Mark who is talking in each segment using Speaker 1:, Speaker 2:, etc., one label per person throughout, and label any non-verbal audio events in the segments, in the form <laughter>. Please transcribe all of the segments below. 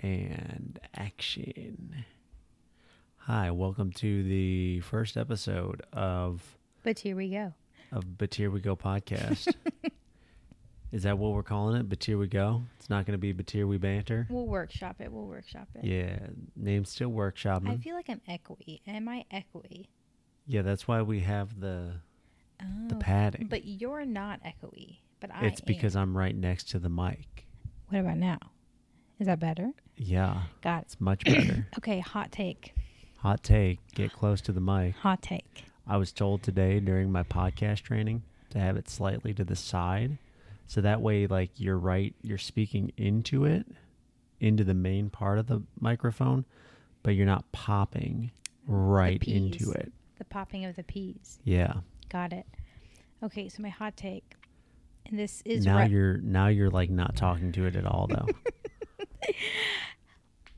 Speaker 1: and action. Hi, welcome to the first episode of
Speaker 2: But here we go.
Speaker 1: of But Here We Go
Speaker 2: <laughs>
Speaker 1: podcast. Is that what we're calling it? But Here We Go? It's not going to be But Here We Banter?
Speaker 2: We'll workshop it. We'll workshop it.
Speaker 1: Yeah, mm-hmm. name's still workshopping.
Speaker 2: I feel like I'm echoey. Am I echoey?
Speaker 1: yeah, that's why we have the
Speaker 2: Oh,
Speaker 1: the padding.
Speaker 2: but you're not echoey. But I.
Speaker 1: it's because I'm right next to the mic.
Speaker 2: am. What about now? Is that better?
Speaker 1: Yeah,
Speaker 2: Got it.
Speaker 1: it's
Speaker 2: <coughs>
Speaker 1: much better.
Speaker 2: Okay. Hot take.
Speaker 1: Hot take, get close to the mic.
Speaker 2: Hot take.
Speaker 1: I was told today during my podcast training to have it slightly to the side. So that way, like, you're right, you're speaking into it, into the main part of the microphone, but you're not popping right into
Speaker 2: peas.
Speaker 1: it.
Speaker 2: The popping of the peas.
Speaker 1: Yeah.
Speaker 2: Got it. Okay. So my hot take. And this is
Speaker 1: now
Speaker 2: re-
Speaker 1: you're, now you're like not talking to it at all,
Speaker 2: <laughs>
Speaker 1: though.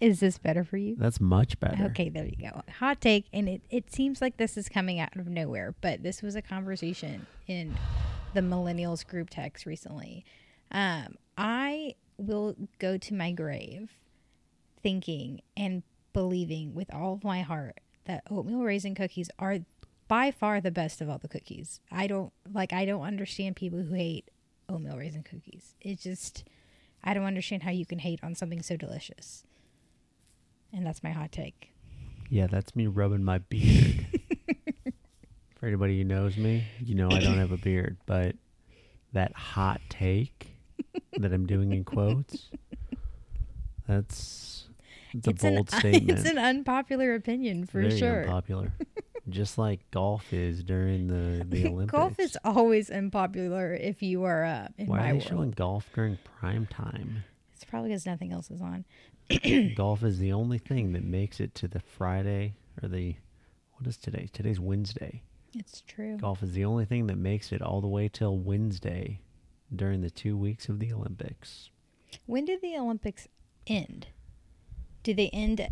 Speaker 2: is this better for you?
Speaker 1: That's much better.
Speaker 2: Okay, there you go. Hot take, and it, it seems like this is coming out of nowhere, but this was a conversation in the millennials group text recently. Um, I will go to my grave thinking and believing with all of my heart that oatmeal raisin cookies are by far the best of all the cookies. I don't like I don't understand people who hate oatmeal raisin cookies. It just I don't understand how you can hate on something so delicious. And that's my hot take.
Speaker 1: Yeah, that's me rubbing my
Speaker 2: <laughs>
Speaker 1: beard. For anybody who knows me, you know I don't have a beard, but that hot take that I'm doing in quotes, that's it's a bold
Speaker 2: an,
Speaker 1: statement.
Speaker 2: <laughs> It's an unpopular opinion for
Speaker 1: Very
Speaker 2: sure.
Speaker 1: unpopular. Just like golf is during
Speaker 2: <laughs>
Speaker 1: the, the Olympics.
Speaker 2: Golf is always unpopular if you are uh, in
Speaker 1: Why
Speaker 2: my
Speaker 1: are they
Speaker 2: world.
Speaker 1: showing golf during prime time?
Speaker 2: It's probably because nothing else is on.
Speaker 1: golf is the only thing that makes it to the Friday or the what is today? Today's Wednesday.
Speaker 2: It's true.
Speaker 1: Golf is the only thing that makes it all the way till Wednesday during the two weeks of the Olympics.
Speaker 2: When do the Olympics end? Do they end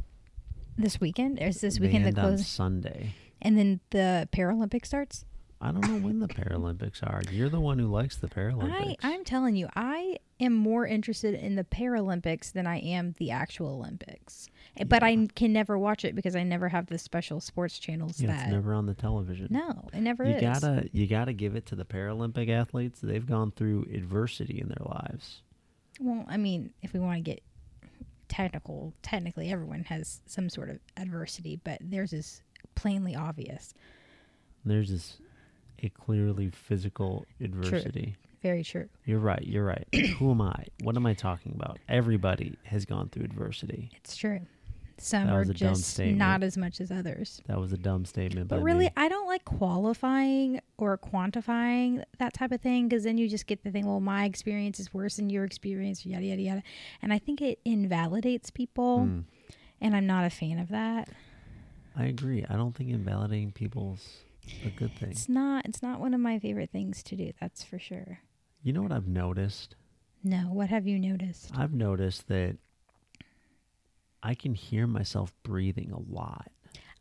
Speaker 2: this weekend? Or is this
Speaker 1: They
Speaker 2: weekend the
Speaker 1: end on
Speaker 2: close?
Speaker 1: Sunday.
Speaker 2: And then the Paralympic starts?
Speaker 1: I don't know when the Paralympics are. You're the one who likes the Paralympics.
Speaker 2: I, I'm telling you, I am more interested in the Paralympics than I am the actual Olympics. Eh, But I can never watch it because I never have the special sports channels
Speaker 1: Yeah,
Speaker 2: that.
Speaker 1: it's never on the television.
Speaker 2: no, it never
Speaker 1: you
Speaker 2: is.
Speaker 1: gotta you gotta give it to the Paralympic athletes. They've gone through adversity in their lives.
Speaker 2: Well, I mean, if we want to get technical, technically everyone has some sort of adversity, but theirs is plainly obvious.
Speaker 1: There's this a clearly physical adversity.
Speaker 2: Very true.
Speaker 1: You're right. You're
Speaker 2: <coughs>
Speaker 1: right. Who am I? What am I talking about? Everybody has gone through adversity.
Speaker 2: It's true. Some
Speaker 1: That
Speaker 2: are
Speaker 1: was a dumb
Speaker 2: just
Speaker 1: statement.
Speaker 2: not as much as others.
Speaker 1: That was a dumb statement.
Speaker 2: But
Speaker 1: by
Speaker 2: really,
Speaker 1: me.
Speaker 2: I don't like qualifying or quantifying that type of thing because then you just get the thing, well, my experience is worse than your experience, yada, yada, yada. And I think it invalidates people.
Speaker 1: Mm.
Speaker 2: And I'm not a fan of that.
Speaker 1: I agree. I don't think invalidating people's a good thing.
Speaker 2: It's not it's not one of my favorite things to do, that's for sure.
Speaker 1: You know what I've noticed?
Speaker 2: No, what have you noticed?
Speaker 1: I've noticed that I can hear myself breathing a lot.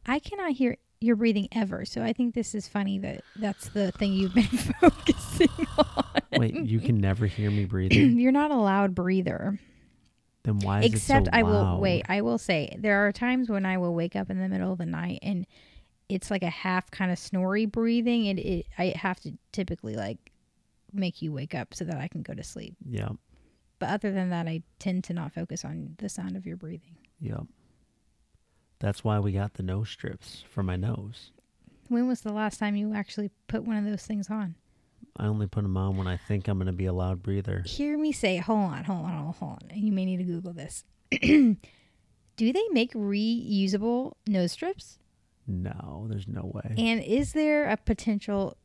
Speaker 2: I cannot hear your breathing ever. So I think this is funny that that's the thing you've been <laughs> focusing on.
Speaker 1: <clears throat> Wait, you can never hear me
Speaker 2: <coughs>
Speaker 1: breathing?
Speaker 2: You're not a loud breather.
Speaker 1: Then why is
Speaker 2: Except
Speaker 1: it so
Speaker 2: I will
Speaker 1: loud?
Speaker 2: wait, I will say there are times when I will wake up in the middle of the night and it's like a half kind of snory breathing and it I have to typically like make you wake up so that I can go to sleep.
Speaker 1: Yep.
Speaker 2: But other than that I tend to not focus on the sound of your breathing.
Speaker 1: Yep. That's why we got the nose strips for my nose.
Speaker 2: When was the last time you actually put one of those things on?
Speaker 1: I only put them on when I think I'm going to be a loud breather.
Speaker 2: hear me say, hold on, hold on, hold on. And you may need to Google this. <clears throat> Do they make reusable nose strips?
Speaker 1: No, there's no way.
Speaker 2: And is there a potential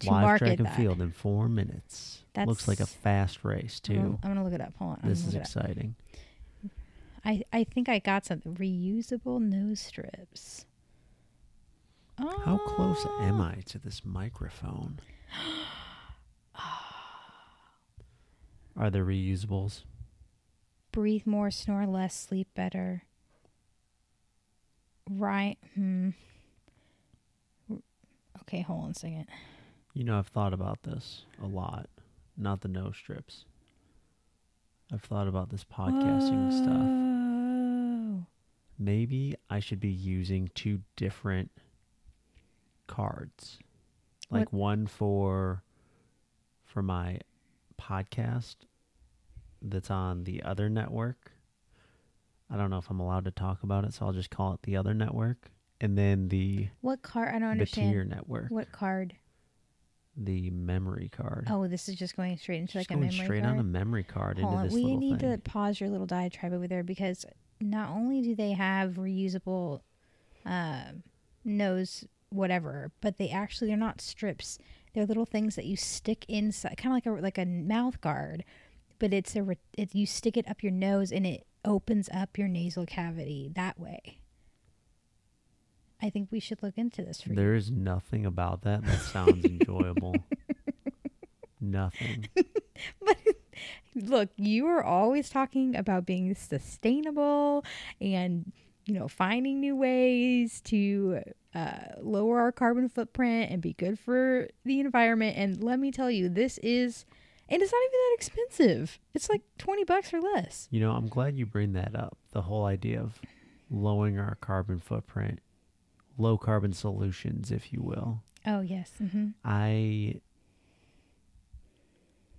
Speaker 2: to
Speaker 1: Live track
Speaker 2: market
Speaker 1: and
Speaker 2: that?
Speaker 1: field in four minutes. Looks like a
Speaker 2: That's- Mm-hmm.
Speaker 1: fast race,
Speaker 2: I'm gonna-
Speaker 1: too.
Speaker 2: I'm gonna look it up. Hold on. I'm
Speaker 1: This
Speaker 2: gonna
Speaker 1: is
Speaker 2: look it up.
Speaker 1: exciting.
Speaker 2: I, I think I got something. Reusable nose strips. Oh,
Speaker 1: How close am I to this microphone? Are there reusables?
Speaker 2: Breathe more, snore less, sleep better. Right. Hmm. Okay, hold on a second.
Speaker 1: You know, I've thought about this a lot. Not the nose strips. I've thought about this podcasting stuff. maybe I should be using two different cards. Like one for for my podcast that's on the other network. I don't know if I'm allowed to talk about it, so I'll just call it the other network. And then the
Speaker 2: What card? I don't
Speaker 1: the tier
Speaker 2: understand.
Speaker 1: network,
Speaker 2: What card?
Speaker 1: the memory card.
Speaker 2: Oh, this is just going straight into
Speaker 1: just
Speaker 2: like a
Speaker 1: going
Speaker 2: memory
Speaker 1: straight
Speaker 2: card.
Speaker 1: on a memory card
Speaker 2: Hold
Speaker 1: into
Speaker 2: on,
Speaker 1: this
Speaker 2: we
Speaker 1: little
Speaker 2: need
Speaker 1: thing.
Speaker 2: to pause your little diatribe over there because not only do they have reusable um, nose whatever, but they actually are not strips. They're little things that you stick inside, kind of like a like a mouth guard, but it's a re- it, you stick it up your nose and it opens up your nasal cavity that way. I think we should look into this for you.
Speaker 1: There is nothing about that that
Speaker 2: <laughs>
Speaker 1: sounds enjoyable. Nothing.
Speaker 2: look, you are always talking about being sustainable and you know finding new ways to uh, lower our carbon footprint and be good for the environment. And let me tell you, this is, and it's not even that expensive. It's like twenty bucks or less.
Speaker 1: You know, I'm glad you bring that up. The whole idea of lowering our carbon footprint, low carbon solutions, if you will.
Speaker 2: Oh yes. Mm-hmm.
Speaker 1: I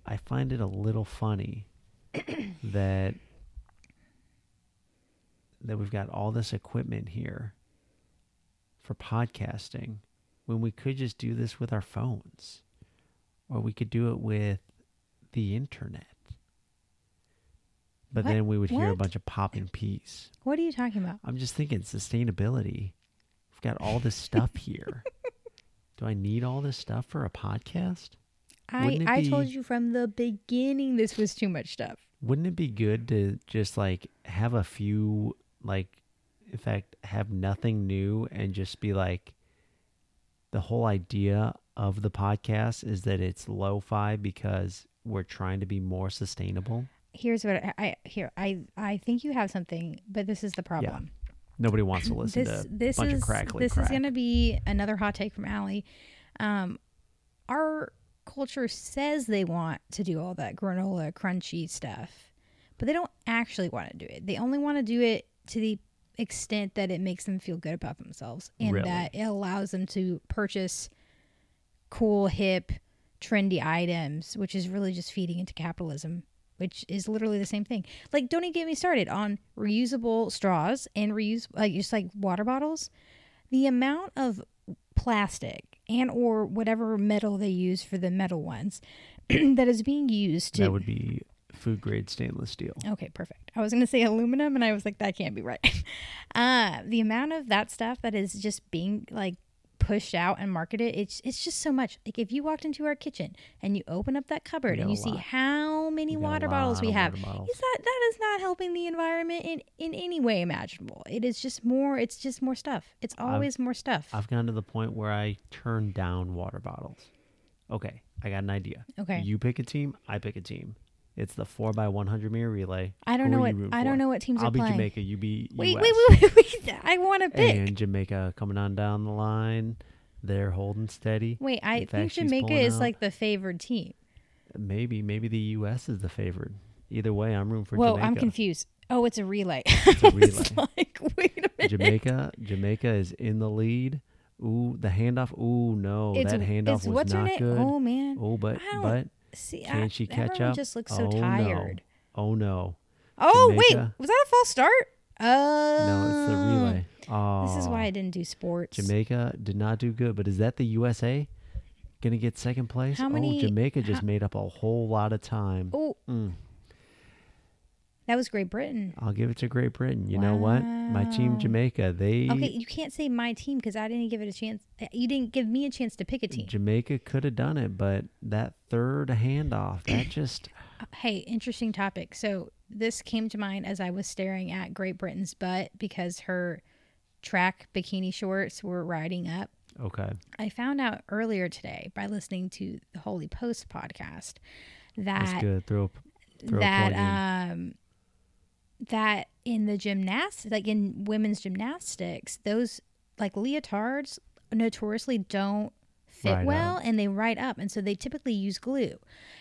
Speaker 1: I find it a little
Speaker 2: <coughs>
Speaker 1: funny that that we've got all this equipment here for podcasting when we could just do this with our phones or we could do it with the internet. But
Speaker 2: What?
Speaker 1: then we would hear a
Speaker 2: What?
Speaker 1: bunch of pop and peas.
Speaker 2: What are you talking about?
Speaker 1: I'm just thinking sustainability. We've got all this stuff here.
Speaker 2: <laughs>
Speaker 1: Do I need all this stuff for a podcast?
Speaker 2: I
Speaker 1: Wouldn't it
Speaker 2: I
Speaker 1: be-
Speaker 2: told you from the beginning this was too much stuff.
Speaker 1: Wouldn't it be good to just like have a few, like, in fact, have nothing new and just be like, the whole idea of the podcast is that it's lo fi because we're trying to be more sustainable?
Speaker 2: Here's what I, I here I I think you have something, but this is the problem.
Speaker 1: Nobody wants to listen
Speaker 2: this
Speaker 1: to
Speaker 2: this
Speaker 1: a bunch
Speaker 2: is
Speaker 1: of crackly
Speaker 2: this
Speaker 1: crack.
Speaker 2: is going to be another hot take from Allie. Um, our culture says they want to do all that granola crunchy stuff, but they don't actually want to do it. They only want to do it to the extent that it makes them feel good about themselves and
Speaker 1: Really?
Speaker 2: that it allows them to purchase cool, hip, trendy items, which is really just feeding into capitalism, which is literally the same thing. Like, don't even get me started on reusable straws and reuse, like just like water bottles. The amount of plastic and or whatever metal they use for the metal ones <clears throat> that is being used to
Speaker 1: that would be food grade stainless steel.
Speaker 2: Okay, perfect. I was going to say aluminum, and I was like, that can't be right. <laughs> uh, the amount of that stuff that is just being like pushed out and marketed, it's it's just so much. Like if you walked into our kitchen and you open up that cupboard
Speaker 1: We
Speaker 2: and
Speaker 1: got
Speaker 2: you
Speaker 1: a
Speaker 2: see
Speaker 1: lot.
Speaker 2: how many
Speaker 1: We got a
Speaker 2: water bottles
Speaker 1: lot
Speaker 2: we
Speaker 1: of
Speaker 2: have,
Speaker 1: water bottles.
Speaker 2: is that that is not helping the environment in in any way imaginable. It is just more. It's just more stuff. It's always more stuff.
Speaker 1: I've gotten to the point where I turn down water bottles. Okay, I got an idea.
Speaker 2: Okay.
Speaker 1: You pick a team, I pick a team. It's the 4 by 100 meter relay.
Speaker 2: I don't
Speaker 1: Who
Speaker 2: know
Speaker 1: are
Speaker 2: what-
Speaker 1: you rooting
Speaker 2: I don't
Speaker 1: for?
Speaker 2: know what teams
Speaker 1: I'll
Speaker 2: are
Speaker 1: be
Speaker 2: playing.
Speaker 1: Jamaica, you be
Speaker 2: wait,
Speaker 1: US.
Speaker 2: wait, wait, wait, wait. I want to pick.
Speaker 1: And Jamaica coming on down the line. They're holding steady.
Speaker 2: wait, I
Speaker 1: In
Speaker 2: think
Speaker 1: fact, she's
Speaker 2: Jamaica
Speaker 1: pulling
Speaker 2: is
Speaker 1: out.
Speaker 2: like the favored team.
Speaker 1: Maybe maybe the US is the favorite. Either way, I'm rooting for
Speaker 2: Whoa,
Speaker 1: Jamaica.
Speaker 2: I'm confused. Oh, it's a relay.
Speaker 1: a
Speaker 2: <laughs> I was
Speaker 1: relay.
Speaker 2: like, wait a <laughs> minute.
Speaker 1: Jamaica Jamaica is in the lead. Ooh, the handoff. Ooh, no,
Speaker 2: It's-
Speaker 1: that handoff
Speaker 2: it's-
Speaker 1: was
Speaker 2: what's her
Speaker 1: not
Speaker 2: name?
Speaker 1: good.
Speaker 2: Oh, man.
Speaker 1: Oh, but
Speaker 2: I don't-
Speaker 1: but
Speaker 2: See,
Speaker 1: Can
Speaker 2: I,
Speaker 1: she catch
Speaker 2: everyone
Speaker 1: up?
Speaker 2: just looks so
Speaker 1: Oh, no.
Speaker 2: tired.
Speaker 1: Oh no.
Speaker 2: Oh, wait.
Speaker 1: Jamaica.
Speaker 2: Was that a false start? Oh.
Speaker 1: No, it's the relay. Oh.
Speaker 2: This is why I didn't do sports.
Speaker 1: Jamaica did not do good, but is that the USA going to get second place?
Speaker 2: How many-
Speaker 1: oh, Jamaica just made up a whole lot of time.
Speaker 2: Oh.
Speaker 1: Mm.
Speaker 2: That was Great Britain.
Speaker 1: I'll give it to Great Britain. You know what? My team
Speaker 2: Wow.
Speaker 1: Jamaica, they
Speaker 2: Okay, you can't say my team because I didn't give it a chance. You didn't give me a chance to pick a team.
Speaker 1: Jamaica could have done it, but that third handoff,
Speaker 2: <coughs>
Speaker 1: that just
Speaker 2: Hey, interesting topic. So this came to mind as I was staring at Great Britain's butt because her track bikini shorts were riding up.
Speaker 1: okay.
Speaker 2: I found out earlier today by listening to the Holy Post podcast
Speaker 1: That's
Speaker 2: that
Speaker 1: good. Throw a- throw a plug in.
Speaker 2: that um that in the gymnastics like in women's gymnastics those like leotards notoriously don't fit
Speaker 1: Right
Speaker 2: well and they ride up and so they typically use glue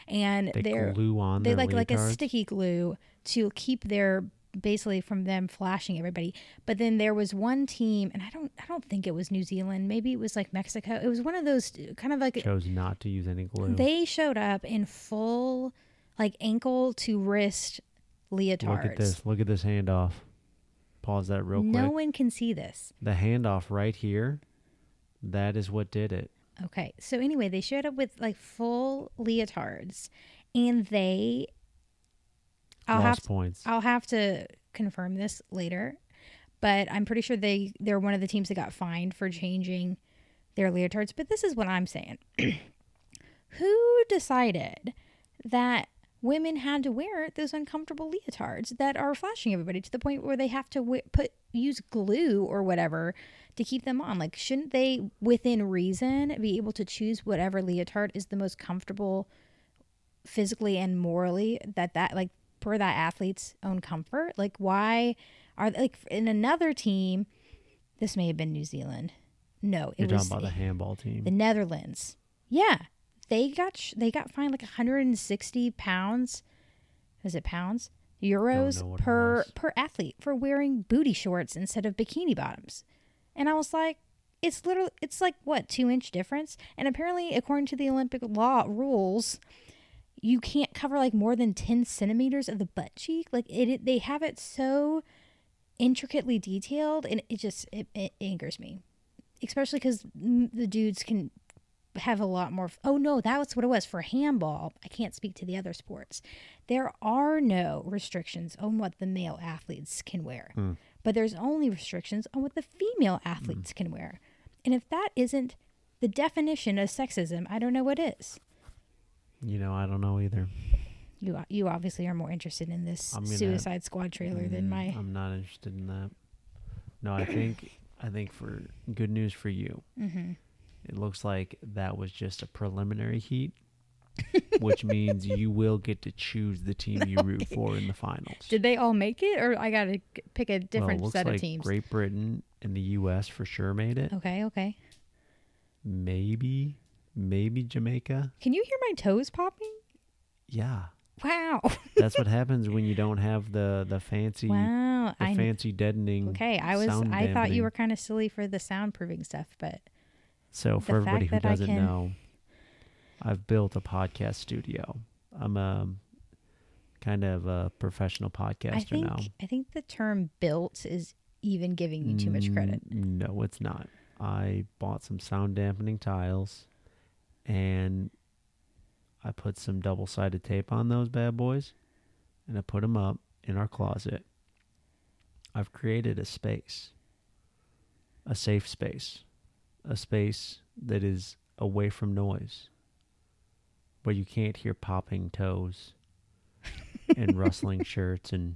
Speaker 2: and
Speaker 1: they
Speaker 2: are
Speaker 1: glue on
Speaker 2: they
Speaker 1: their
Speaker 2: like like a
Speaker 1: leotards.
Speaker 2: sticky glue to keep their basically from them flashing everybody. But then there was one team, and I don't I don't think it was New Zealand. Maybe it was like Mexico. It was one of those kind of like
Speaker 1: Chose not to use any glue.
Speaker 2: they showed up in full like ankle to wrist leotards.
Speaker 1: Look at this. Look at this handoff. Pause that real
Speaker 2: no
Speaker 1: quick.
Speaker 2: one can see this.
Speaker 1: The handoff right here, that is what did it.
Speaker 2: Okay. So anyway, they showed up with like full leotards and they I'll
Speaker 1: Lost
Speaker 2: have to,
Speaker 1: points.
Speaker 2: I'll have to confirm this later, but I'm pretty sure they they're one of the teams that got fined for changing their leotards, but this is what I'm saying. <clears throat> Who decided that women had to wear those uncomfortable leotards that are flashing everybody to the point where they have to w- put use glue or whatever to keep them on like shouldn't they within reason be able to choose whatever leotard is the most comfortable physically and morally that that like per that athlete's own comfort like why are like in another team this may have been new zealand no it
Speaker 1: You're
Speaker 2: was e-
Speaker 1: talking about the handball team.
Speaker 2: the Netherlands. Yeah, they got sh- they got fined like 160 pounds. Is it pounds?
Speaker 1: know
Speaker 2: Euros
Speaker 1: what it
Speaker 2: per
Speaker 1: was.
Speaker 2: per athlete for wearing booty shorts instead of bikini bottoms. And I was like, it's literally it's like what two inch difference. And apparently, according to the Olympic law rules. You can't cover like more than ten centimeters of the butt cheek. Like it, it they have it so intricately detailed, and it just it, it angers me especially because the dudes can have a lot more. Oh no, that was what it was for handball. I can't speak to the other sports. There are no restrictions on what the male athletes can wear,
Speaker 1: Hmm.
Speaker 2: but there's only restrictions on what the female athletes can wear. And if that isn't the definition of sexism, I don't know what is.
Speaker 1: you know, I don't know either.
Speaker 2: You you obviously are more interested in this
Speaker 1: I'm gonna- Mm-hmm.
Speaker 2: Suicide Squad trailer than my.
Speaker 1: Mm, I'm not interested in that. No, I think
Speaker 2: <coughs>
Speaker 1: I think for good news for you.
Speaker 2: mm-hmm.
Speaker 1: It looks like that was just a preliminary heat, which means you
Speaker 2: <laughs>
Speaker 1: will get to choose the team you root for in the finals.
Speaker 2: Did they all make it, or I gotta g- pick a
Speaker 1: Well, it
Speaker 2: different
Speaker 1: looks
Speaker 2: set
Speaker 1: like
Speaker 2: of teams?
Speaker 1: Great Britain and the U.S. for sure made it.
Speaker 2: Okay, okay.
Speaker 1: Maybe, maybe Jamaica.
Speaker 2: Can you hear my toes popping?
Speaker 1: Yeah,
Speaker 2: Wow. <laughs>
Speaker 1: that's what happens when you don't have the the fancy
Speaker 2: Wow.
Speaker 1: the
Speaker 2: I
Speaker 1: fancy deadening.
Speaker 2: okay. I was.
Speaker 1: sound
Speaker 2: I thought
Speaker 1: dampening.
Speaker 2: you were kind of silly for the soundproofing stuff, but
Speaker 1: So for everybody
Speaker 2: fact
Speaker 1: who
Speaker 2: that I
Speaker 1: doesn't
Speaker 2: can-
Speaker 1: know, I've built a podcast studio. I'm a kind of a professional podcaster
Speaker 2: I think
Speaker 1: now.
Speaker 2: I think the term "built" is even giving you too much credit.
Speaker 1: N- Mm, No, it's not. I bought some sound dampening tiles and I put some double sided tape on those bad boys and I put them up in our closet. I've created a space, a safe space, a space that is away from noise, where you can't hear popping
Speaker 2: <laughs>
Speaker 1: toes and rustling shirts and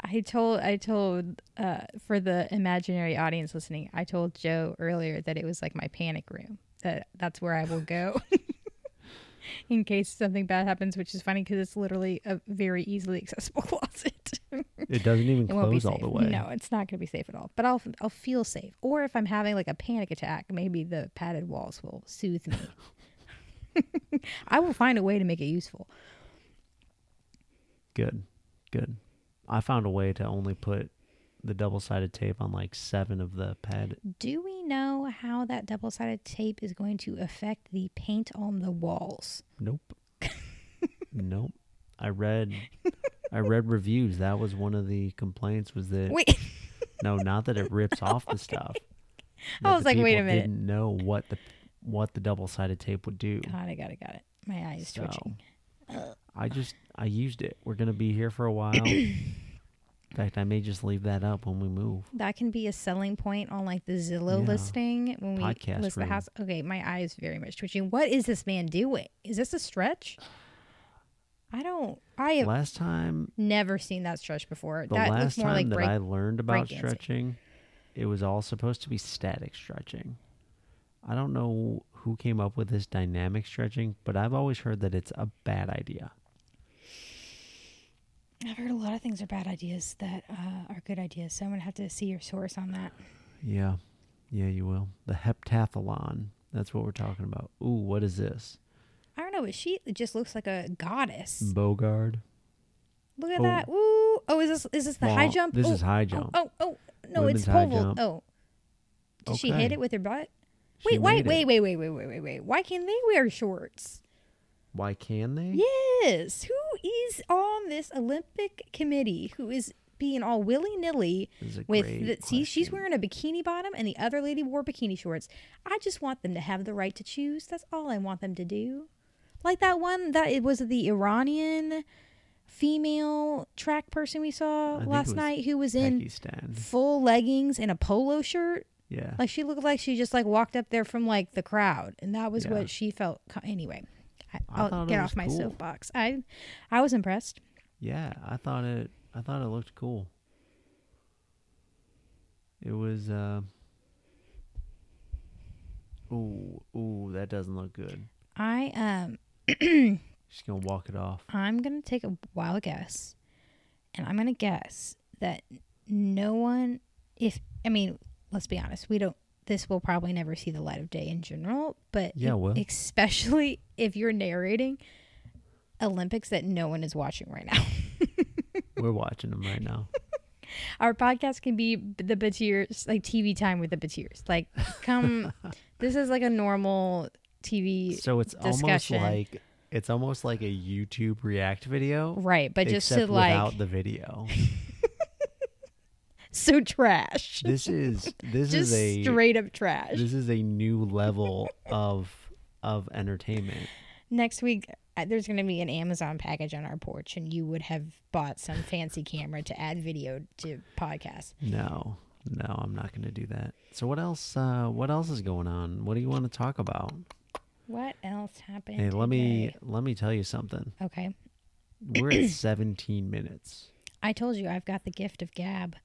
Speaker 2: I told I told uh, for the imaginary audience listening. I told Joe earlier that it was like my panic room. That that's where I
Speaker 1: <laughs>
Speaker 2: will go. <laughs> In case something bad happens, which is funny because it's literally a very easily accessible <laughs> closet.
Speaker 1: it doesn't even
Speaker 2: It won't be
Speaker 1: close
Speaker 2: safe.
Speaker 1: all the way.
Speaker 2: No, it's not going to be safe at all. But I'll I'll feel safe. Or if I'm having like a panic attack, maybe the padded walls will soothe me.
Speaker 1: <laughs>
Speaker 2: I will find a way to make it useful.
Speaker 1: Good. Good. I found a way to only put the double sided tape on like seven of the pad.
Speaker 2: Do we know how that double sided tape is going to affect the paint on the walls? <laughs>
Speaker 1: Nope. nope. I read I read reviews. That was one of the complaints was that
Speaker 2: Wait, Oh
Speaker 1: no, not that it
Speaker 2: <laughs>
Speaker 1: rips off the stuff.
Speaker 2: I
Speaker 1: that
Speaker 2: was
Speaker 1: the
Speaker 2: like, wait a
Speaker 1: people
Speaker 2: minute.
Speaker 1: Didn't know what the what the double sided tape would do.
Speaker 2: God, I got it, got it. My eyes
Speaker 1: So,
Speaker 2: twitching.
Speaker 1: I just I used it. We're gonna be here for a
Speaker 2: <coughs>
Speaker 1: while. In fact, I may just leave that up when we move.
Speaker 2: That can be a selling point on like the Zillow
Speaker 1: Yeah.
Speaker 2: listing when we
Speaker 1: Podcast
Speaker 2: list
Speaker 1: room.
Speaker 2: the house. Okay, my eye is very much twitching. What is this man doing? Is this a stretch? I don't. I have
Speaker 1: Last time
Speaker 2: never seen that stretch before.
Speaker 1: The
Speaker 2: that
Speaker 1: last
Speaker 2: looks more
Speaker 1: time
Speaker 2: like
Speaker 1: that
Speaker 2: break.
Speaker 1: I learned about
Speaker 2: breakdancing.
Speaker 1: stretching, it was all supposed to be static stretching. I don't know who came up with this dynamic stretching, but I've always heard that it's a bad idea.
Speaker 2: I've heard a lot of things are bad ideas that uh, are good ideas. So I'm gonna have to see your source on that.
Speaker 1: Yeah. Yeah, you will. The heptathlon. That's what we're talking about. Ooh, what is this?
Speaker 2: I don't know, but she just looks like a goddess.
Speaker 1: Bogard.
Speaker 2: Look
Speaker 1: Mm.
Speaker 2: at
Speaker 1: Oh.
Speaker 2: that. Ooh. Oh, is this is this the high
Speaker 1: Well,
Speaker 2: jump?
Speaker 1: This
Speaker 2: oh,
Speaker 1: is high
Speaker 2: oh,
Speaker 1: jump.
Speaker 2: Oh, oh, no,
Speaker 1: Women's
Speaker 2: it's
Speaker 1: high
Speaker 2: pole vault.
Speaker 1: jump.
Speaker 2: Oh. Did she
Speaker 1: Okay.
Speaker 2: hit it with her butt?
Speaker 1: She
Speaker 2: Wait, wait,
Speaker 1: made it.
Speaker 2: wait, wait, wait, wait, wait, wait, wait. Why can they wear shorts?
Speaker 1: Why can they?
Speaker 2: Yes. Who is on this Olympic committee who is being all willy nilly
Speaker 1: This is a
Speaker 2: with
Speaker 1: great
Speaker 2: the, see she's
Speaker 1: question.
Speaker 2: wearing a bikini bottom and the other lady wore bikini shorts. I just want them to have the right to choose. That's all I want them to do. Like that one that it was the Iranian female track person we saw
Speaker 1: I think it
Speaker 2: last
Speaker 1: was
Speaker 2: night who was in
Speaker 1: Pakistan.
Speaker 2: full leggings and a polo shirt.
Speaker 1: Yeah.
Speaker 2: Like she looked like she just like walked up there from like the crowd, and that was
Speaker 1: Yeah.
Speaker 2: what she felt. Co- anyway, I,
Speaker 1: I
Speaker 2: I'll
Speaker 1: thought it
Speaker 2: get
Speaker 1: was
Speaker 2: off my
Speaker 1: cool.
Speaker 2: soapbox. I, I was impressed.
Speaker 1: Yeah, I thought it. I thought it looked cool. It was. Uh, ooh, ooh, that doesn't look good.
Speaker 2: I um,
Speaker 1: She's gonna walk it off.
Speaker 2: I'm gonna take a wild guess, and I'm gonna guess that no one, if I mean, let's be honest, we don't. This will probably never see the light of day in general, but
Speaker 1: Yeah,
Speaker 2: e-
Speaker 1: well.
Speaker 2: especially <laughs> if you're narrating Olympics that no one is watching right
Speaker 1: <laughs>
Speaker 2: now.
Speaker 1: We're watching them right
Speaker 2: <laughs>
Speaker 1: now.
Speaker 2: our podcast can be b- the Batiers, like TV time with the Batiers. Like,
Speaker 1: <laughs>
Speaker 2: come, this is like a normal TV,
Speaker 1: So it's almost
Speaker 2: Discussion.
Speaker 1: like it's almost like a YouTube react video,
Speaker 2: right? But just
Speaker 1: except
Speaker 2: to like,
Speaker 1: without the video.
Speaker 2: <laughs> so trash,
Speaker 1: This is this
Speaker 2: just
Speaker 1: is a
Speaker 2: straight up trash.
Speaker 1: this is a new level of of entertainment.
Speaker 2: Next week, uh, there's going to be an Amazon package on our porch, and you would have bought some fancy camera to add video to podcast.
Speaker 1: No, no, I'm not going to do that. So what else? Uh, what else is going on? What do you want to talk about?
Speaker 2: What else happened?
Speaker 1: Hey, let me
Speaker 2: today?
Speaker 1: let me tell you something.
Speaker 2: Okay,
Speaker 1: We're at 17 minutes.
Speaker 2: I told you I've got the gift of gab.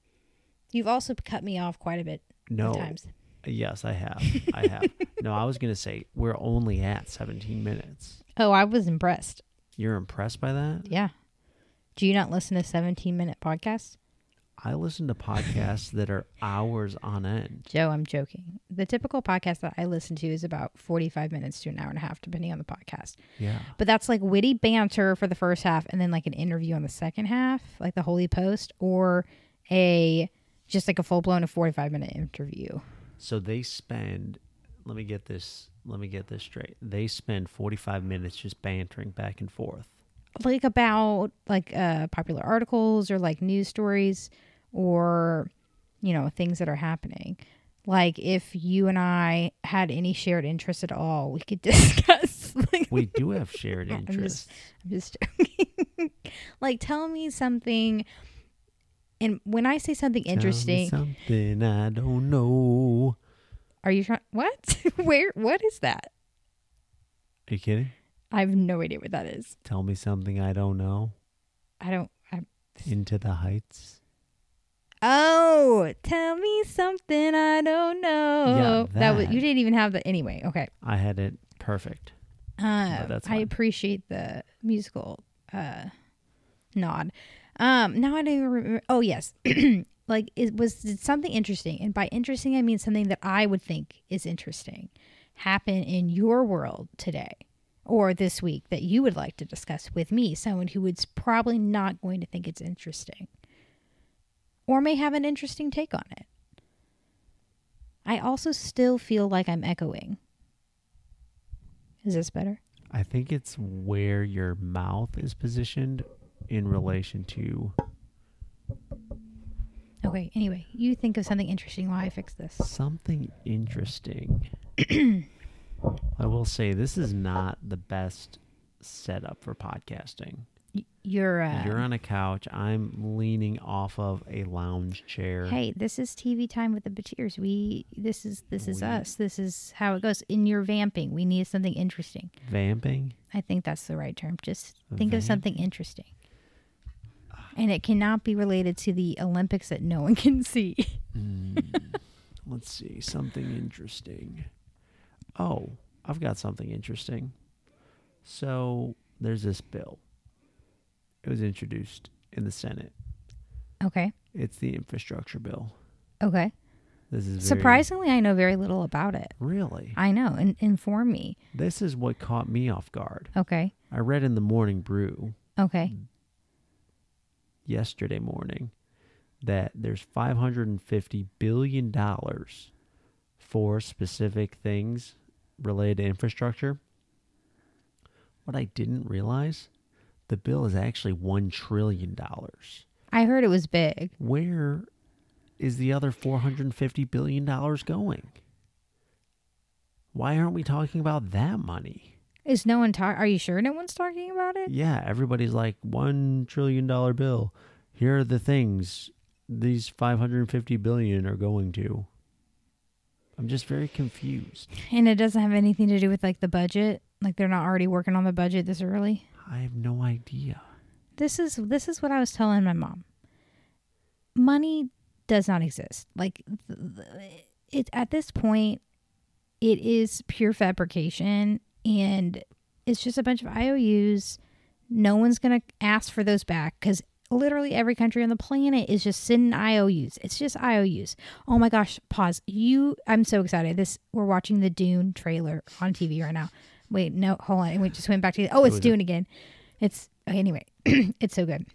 Speaker 2: You've also cut me off quite a bit. of
Speaker 1: No.
Speaker 2: times.
Speaker 1: Yes, I have. I have. no, I was going to say we're only at 17 minutes.
Speaker 2: Oh, I was impressed.
Speaker 1: You're impressed by that?
Speaker 2: Yeah. Do you not listen to 17 minute podcasts?
Speaker 1: I listen to podcasts that are hours on end.
Speaker 2: Joe, I'm joking. The typical podcast that I listen to is about 45 minutes to an hour and a half, depending on the podcast.
Speaker 1: Yeah.
Speaker 2: But that's like witty banter for the first half and then like an interview on the second half, like the Holy Post, or a just like a full blown 45 minute interview.
Speaker 1: So they spend let me get this let me get this straight. They spend 45 minutes just bantering back and forth.
Speaker 2: Like about like uh, popular articles or like news stories or, you know, things that are happening. Like if you and I had any shared interest at all, we could <laughs> discuss like
Speaker 1: We do have shared interests.
Speaker 2: I'm just joking. <laughs> like, tell me something. And when I say something
Speaker 1: Tell me
Speaker 2: interesting,
Speaker 1: Something I don't know.
Speaker 2: are you trying? What? <laughs> Where? What is that?
Speaker 1: Are you kidding?
Speaker 2: I have no idea what that is.
Speaker 1: Tell me something I don't know.
Speaker 2: I don't. I,
Speaker 1: Into the heights.
Speaker 2: oh, tell me something I don't know.
Speaker 1: Yeah,
Speaker 2: was,
Speaker 1: that.
Speaker 2: you didn't even have the. Anyway, okay.
Speaker 1: I had it perfect.
Speaker 2: Um,
Speaker 1: that's
Speaker 2: I
Speaker 1: fine.
Speaker 2: appreciate the musical uh, nod. Um, now I don't even remember. Oh yes, <clears throat> like it was did something interesting, and by interesting I mean something that I would think is interesting happen in your world today or this week that you would like to discuss with me, someone who is probably not going to think it's interesting, or may have an interesting take on it. I also still feel like I'm echoing. Is this better?
Speaker 1: I think it's where your mouth is positioned in relation to
Speaker 2: Okay, anyway, you think of something interesting while I fix this.
Speaker 1: something
Speaker 2: <clears throat>
Speaker 1: interesting. I will say this is not the best setup for podcasting.
Speaker 2: Y- You're, uh,
Speaker 1: You're on a couch. I'm leaning off of a lounge chair.
Speaker 2: hey, this is TV time with the Batiers. We, this is, this is
Speaker 1: We-
Speaker 2: us. This is how it goes. In your vamping, we need something interesting.
Speaker 1: Vamping.
Speaker 2: I think that's the right term. Just think of something interesting. And it cannot be related to the Olympics that no one <laughs> can see.
Speaker 1: Let's see. Something interesting. Oh, I've got something interesting. So there's this bill. It was introduced in the Senate.
Speaker 2: okay,
Speaker 1: It's the infrastructure bill.
Speaker 2: okay.
Speaker 1: This is very-
Speaker 2: Surprisingly, I know very little about it.
Speaker 1: Really?
Speaker 2: I know, and inform me.
Speaker 1: This is what caught me off guard.
Speaker 2: Okay,
Speaker 1: Mm. I read in the Morning Brew
Speaker 2: okay.
Speaker 1: yesterday morning that there's 550 billion dollars for specific things related to infrastructure. What I didn't realize, the bill is actually 1 trillion dollars.
Speaker 2: I heard it was big.
Speaker 1: Where is the other 450 billion dollars going? Why aren't we talking about that money?
Speaker 2: Is no one talking? Are you sure no one's talking about it?
Speaker 1: Yeah, everybody's like 1 trillion dollar bill. Here are the things these 550 billion are going to. I'm just very confused.
Speaker 2: And it doesn't have anything to do with like the budget. Like they're not already working on the budget this early.
Speaker 1: I have no idea.
Speaker 2: This is this is what I was telling my mom. Money does not exist. Like th- th- it at this point, it is pure fabrication, and it's just a bunch of IOUs. No one's gonna ask for those back because literally every country on the planet is just sending IOUs. It's just IOUs. Oh my gosh, pause. You I'm so excited. This we're watching the Dune trailer on TV right now. Wait, no, hold on. We just went back to Oh, it's
Speaker 1: was
Speaker 2: Dune again. It's okay, anyway. <clears throat> it's so good.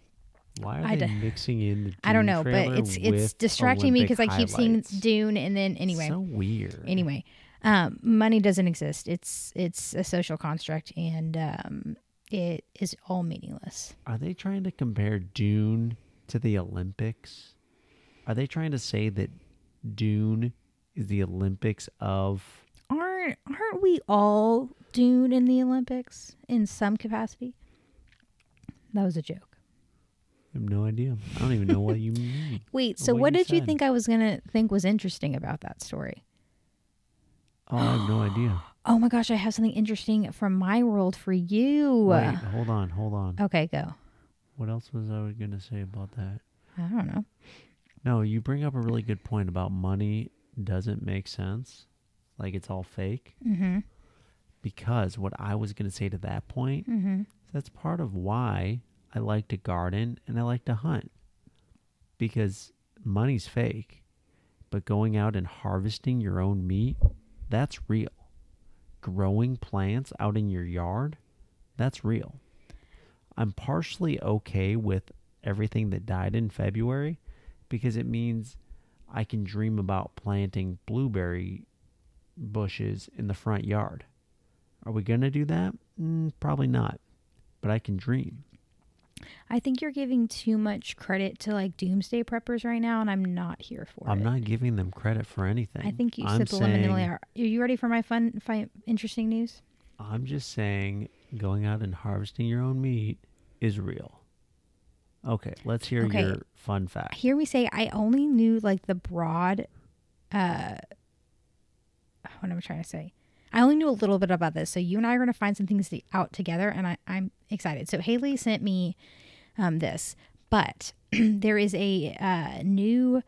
Speaker 1: Why are
Speaker 2: I
Speaker 1: they
Speaker 2: d-
Speaker 1: mixing in the
Speaker 2: I don't
Speaker 1: Dune
Speaker 2: know,
Speaker 1: trailer
Speaker 2: but it's it's
Speaker 1: with
Speaker 2: distracting me
Speaker 1: Olympic
Speaker 2: because I keep seeing
Speaker 1: highlights?
Speaker 2: Dune and then anyway.
Speaker 1: So weird.
Speaker 2: anyway, um, money doesn't exist. It's it's a social construct and um, it is all meaningless.
Speaker 1: Are they trying to compare Dune to the Olympics? Are they trying to say that Dune is the Olympics of
Speaker 2: aren't aren't we all Dune in the Olympics in some capacity? That was a joke.
Speaker 1: I have no idea. I don't even know what
Speaker 2: <laughs>
Speaker 1: you mean.
Speaker 2: Wait, so
Speaker 1: What
Speaker 2: what,
Speaker 1: you
Speaker 2: did you
Speaker 1: said.
Speaker 2: think I was gonna think was interesting about that story?
Speaker 1: Oh, I have no idea.
Speaker 2: Oh my gosh, I have something interesting from my world for you.
Speaker 1: Wait, hold on, hold on.
Speaker 2: Okay, go.
Speaker 1: What else was I going to say about that?
Speaker 2: I don't know.
Speaker 1: No, you bring up a really good point about money doesn't make sense. Like it's all fake.
Speaker 2: Mm-hmm.
Speaker 1: Because what I was going to say to that point
Speaker 2: Mm-hmm.
Speaker 1: That's part of why I like to garden and I like to hunt. Because money's fake, but going out and harvesting your own meat, that's real. Growing plants out in your yard, that's real. I'm partially okay with everything that died in February because it means I can dream about planting blueberry bushes in the front yard. Are we going to do that? Mm, probably not but I can dream.
Speaker 2: I think you're giving too much credit to like doomsday preppers right now, and I'm not here for
Speaker 1: I'm
Speaker 2: it.
Speaker 1: not giving them credit for anything.
Speaker 2: I think you
Speaker 1: I'm
Speaker 2: subliminally
Speaker 1: saying-
Speaker 2: are. Are you ready for my fun, fun, interesting news?
Speaker 1: I'm just saying going out and harvesting your own meat is real. Okay, let's hear
Speaker 2: Okay.
Speaker 1: your fun fact.
Speaker 2: here we say I only knew like the broad uh what am I trying to say? I only knew a little bit about this. So you and I are gonna find some things to, out together and I, I'm excited. So Haley sent me um this. But <clears throat> there is a uh new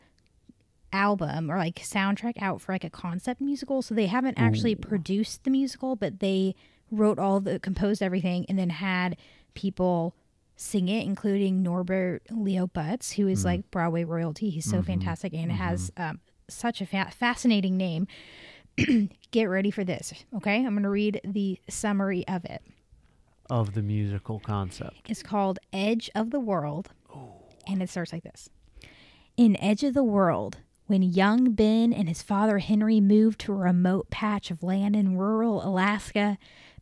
Speaker 2: album or like soundtrack out for like a concept musical. So they haven't actually produced the musical, but they wrote all the composed everything and then had people sing it, including Norbert Leo Butz, who is like Broadway royalty. He's so fantastic and has um, such a fa- fascinating name. <clears throat> Get ready for this, okay? I'm going to read the summary of it.
Speaker 1: Of the musical concept.
Speaker 2: It's called Edge of the World. And it starts like this In Edge of the World, when young Ben and his father Henry move to a remote patch of land in rural Alaska,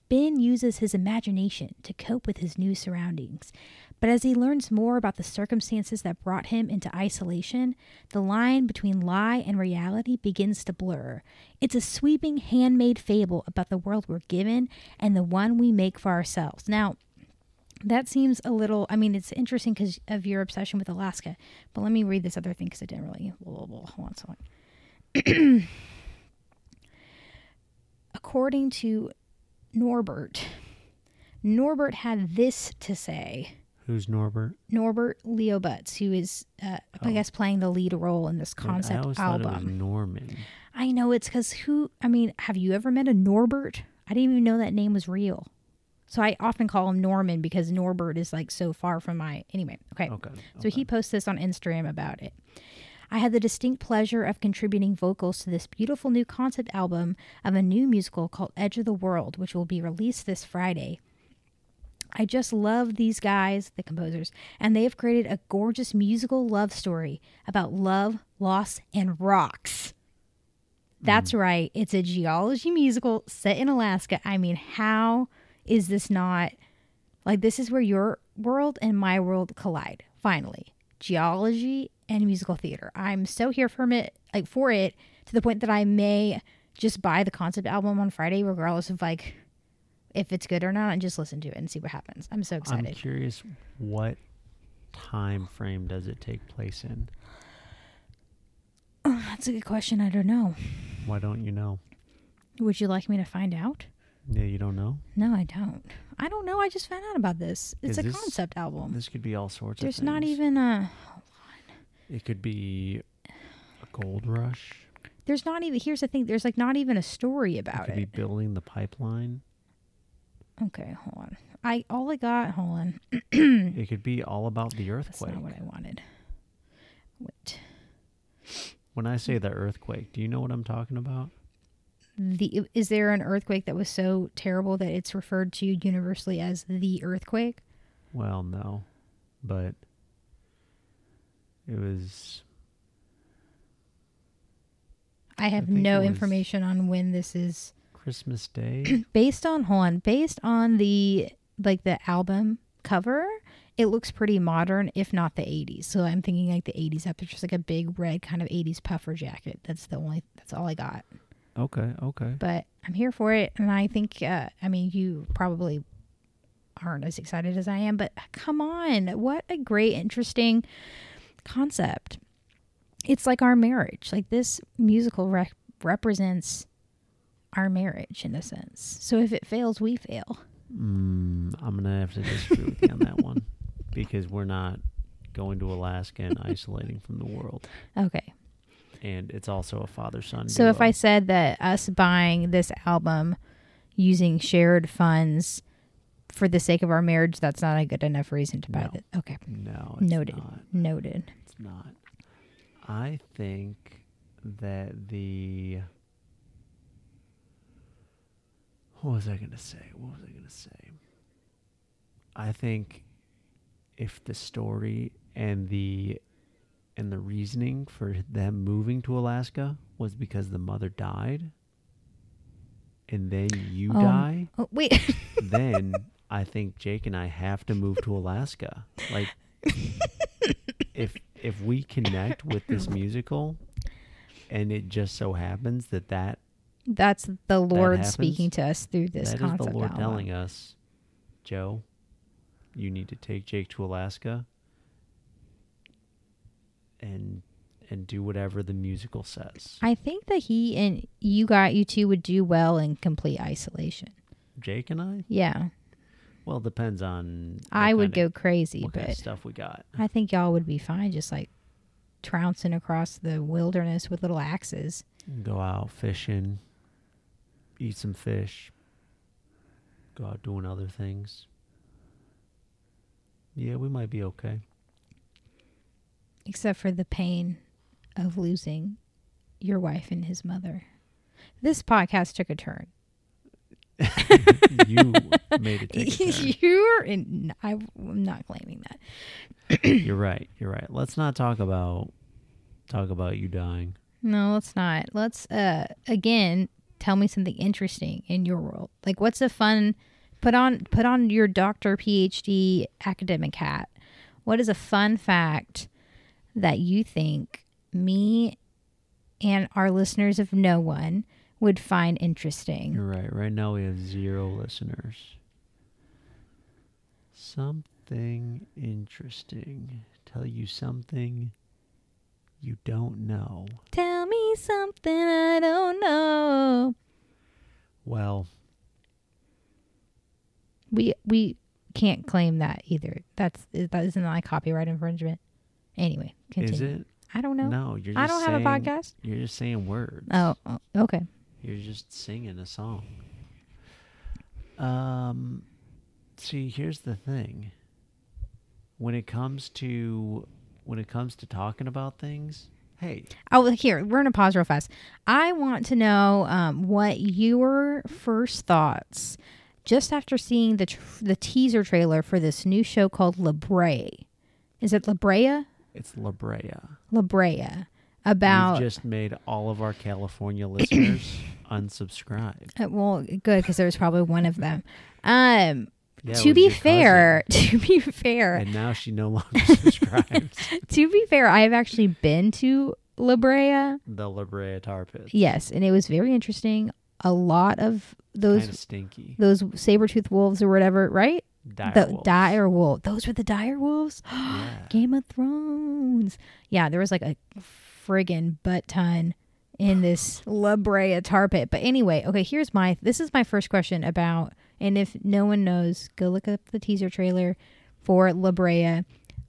Speaker 2: Ben uses his imagination to cope with his new surroundings. But as he learns more about the circumstances that brought him into isolation, the line between lie and reality begins to blur. It's a sweeping handmade fable about the world we're given and the one we make for ourselves. Now, that seems a little. I mean, it's interesting because of your obsession with Alaska. But let me read this other thing because I didn't really. Blah, blah, blah. Hold on a second. <clears throat> According to Norbert, Norbert had this to say.
Speaker 1: Who's Norbert?
Speaker 2: Norbert Leo Butz, who is, uh, I guess, playing the lead role in this
Speaker 1: Dude, Oh. I
Speaker 2: concept
Speaker 1: always
Speaker 2: album.
Speaker 1: thought it was Norman.
Speaker 2: I know it's because who? I mean, have you ever met a Norbert? I didn't even know that name was real. So I often call him Norman because Norbert is like so far from my. Anyway, okay.
Speaker 1: Oh, Okay.
Speaker 2: So he posts this on Instagram about it. I had the distinct pleasure of contributing vocals to this beautiful new concept album of a new musical called Edge of the World, which will be released this Friday. I just love these guys, the composers, and they have created a gorgeous musical love story about love, loss, and rocks.
Speaker 1: Mm.
Speaker 2: That's right. It's a geology musical set in Alaska. I mean, how is this not like this is where your world and my world collide finally. Geology and musical theater. I'm so here for it, like for it to the point that I may just buy the concept album on Friday regardless of like if it's good or not and just listen to it and see what happens. I'm so
Speaker 1: I'm
Speaker 2: excited.
Speaker 1: curious what time frame does it take place in?
Speaker 2: <sighs> That's a good question. I don't know.
Speaker 1: Why don't you know?
Speaker 2: Would you like me to find out?
Speaker 1: Yeah, you don't know.
Speaker 2: No, I don't. I don't know. I just found out about this. It's
Speaker 1: Is
Speaker 2: a
Speaker 1: this-
Speaker 2: concept album.
Speaker 1: This could be all sorts
Speaker 2: There's
Speaker 1: of things.
Speaker 2: not even a.
Speaker 1: It could be a gold rush.
Speaker 2: There's not even. Here's the thing. There's like not even a story
Speaker 1: It
Speaker 2: about
Speaker 1: could
Speaker 2: it.
Speaker 1: be building the pipeline.
Speaker 2: Okay, hold on. I all I got. Hold on.
Speaker 1: It could be all about the
Speaker 2: Mm. That's
Speaker 1: earthquake.
Speaker 2: not what I wanted. Wait.
Speaker 1: When I
Speaker 2: Mm.
Speaker 1: say the earthquake, do you know what I'm talking about?
Speaker 2: The is there an earthquake that was so terrible that it's referred to universally as the earthquake?
Speaker 1: Well, no, but it was
Speaker 2: I have
Speaker 1: think
Speaker 2: no
Speaker 1: it was-
Speaker 2: information on when this is
Speaker 1: Christmas
Speaker 2: <clears throat>
Speaker 1: Day.
Speaker 2: based on. Hold on. Based on the like the album cover, it looks pretty modern, if not the '80s. So I'm thinking like the '80s up. It's just like a big red kind of '80s puffer jacket. That's the only. That's all I got.
Speaker 1: okay, okay.
Speaker 2: but I'm here for it. And I think, uh, I mean, you probably aren't as excited as I am, but come on, what a great, interesting concept. It's like our marriage. Like this musical rec- represents our marriage in a sense. So if it fails, we fail.
Speaker 1: Mm, I'm gonna have to disagree with you on that
Speaker 2: <laughs>
Speaker 1: one because we're not going to Alaska and isolating from the world,
Speaker 2: Okay.
Speaker 1: and it's also a father-son.
Speaker 2: So if
Speaker 1: duo.
Speaker 2: I said that us buying this album using shared funds for the sake of our marriage, that's not a good enough reason to buy
Speaker 1: No.
Speaker 2: it. Okay.
Speaker 1: no, it's
Speaker 2: Noted.
Speaker 1: not.
Speaker 2: Noted.
Speaker 1: It's not. I think that the what was I gonna say? What was I gonna say? I think if the story and the and the reasoning for them moving to Alaska was because the mother died and then you
Speaker 2: Um,
Speaker 1: die,
Speaker 2: Oh, wait.
Speaker 1: then I think Jake and I have to move to Alaska. Like if if we connect with this musical and it just so happens that that
Speaker 2: That's the Lord
Speaker 1: happens?
Speaker 2: speaking to us through
Speaker 1: that
Speaker 2: this
Speaker 1: is
Speaker 2: concept
Speaker 1: the Lord
Speaker 2: album.
Speaker 1: telling us, Joe, you need to take Jake to Alaska and and do whatever the musical says.
Speaker 2: I think that he and you got you two would do well in complete isolation.
Speaker 1: Jake and I?
Speaker 2: Yeah,
Speaker 1: Well, it depends on what
Speaker 2: I would
Speaker 1: kind
Speaker 2: go
Speaker 1: of-
Speaker 2: crazy,
Speaker 1: what
Speaker 2: but
Speaker 1: kind of stuff we got.
Speaker 2: I think y'all would be fine, just like trouncing across the wilderness with little axes.
Speaker 1: Go out fishing, eat some fish, go out doing other things. Yeah, we might be okay.
Speaker 2: except for the pain of losing your wife and his mother. This podcast took a turn.
Speaker 1: <laughs> You made it take
Speaker 2: <laughs>
Speaker 1: a turn.
Speaker 2: You're in. I, I'm not claiming that.
Speaker 1: You're right. You're right. Let's not talk about talk about you dying.
Speaker 2: No, let's not. Let's uh again tell me something interesting in your world. Like what's a fun put on put on your doctor PhD academic hat. What is a fun fact that you think me and our listeners of no one would find interesting?
Speaker 1: You're right. Right now we have zero listeners. Something interesting. Tell you something you don't know.
Speaker 2: Tell me something I don't know.
Speaker 1: Well,
Speaker 2: We we can't claim that either. That's that isn't like copyright infringement. Anyway, continue.
Speaker 1: is it?
Speaker 2: I don't know.
Speaker 1: No, you're just
Speaker 2: I don't have
Speaker 1: saying-
Speaker 2: a podcast.
Speaker 1: You're just saying words.
Speaker 2: Oh, oh, okay.
Speaker 1: You're just singing a song. Um see, here's the thing. When it comes to when it comes to talking about things, hey,
Speaker 2: Oh, well, here we're gonna pause real fast. I want to know um, what your first thoughts just after seeing the tr- the teaser trailer for this new show called La Brea. Is it La Brea?
Speaker 1: It's La Brea.
Speaker 2: La Brea.
Speaker 1: You've
Speaker 2: About
Speaker 1: just made all of our
Speaker 2: <coughs>
Speaker 1: California listeners unsubscribe.
Speaker 2: uh, well, good because there was probably one of them. Um,
Speaker 1: Yeah, it
Speaker 2: to
Speaker 1: was
Speaker 2: be
Speaker 1: your cousin,
Speaker 2: fair, <laughs> to be fair,
Speaker 1: And now she no
Speaker 2: <laughs>
Speaker 1: longer subscribes.
Speaker 2: to be fair, I have actually been to La Brea.
Speaker 1: the La Brea Tar Pits.
Speaker 2: Yes, and it was very interesting. A lot of
Speaker 1: Kind of
Speaker 2: those
Speaker 1: stinky.
Speaker 2: those saber tooth wolves or whatever, right?
Speaker 1: Dire
Speaker 2: the
Speaker 1: wolves.
Speaker 2: dire wolf. Those were the dire wolves. <gasps>
Speaker 1: Yeah.
Speaker 2: Game of Thrones. Yeah, there was like a friggin' butt ton
Speaker 1: <sighs>
Speaker 2: in this La Brea tar pit. But anyway, okay, here's my this is my first question about and if no one knows, go look up the teaser trailer for La Brea.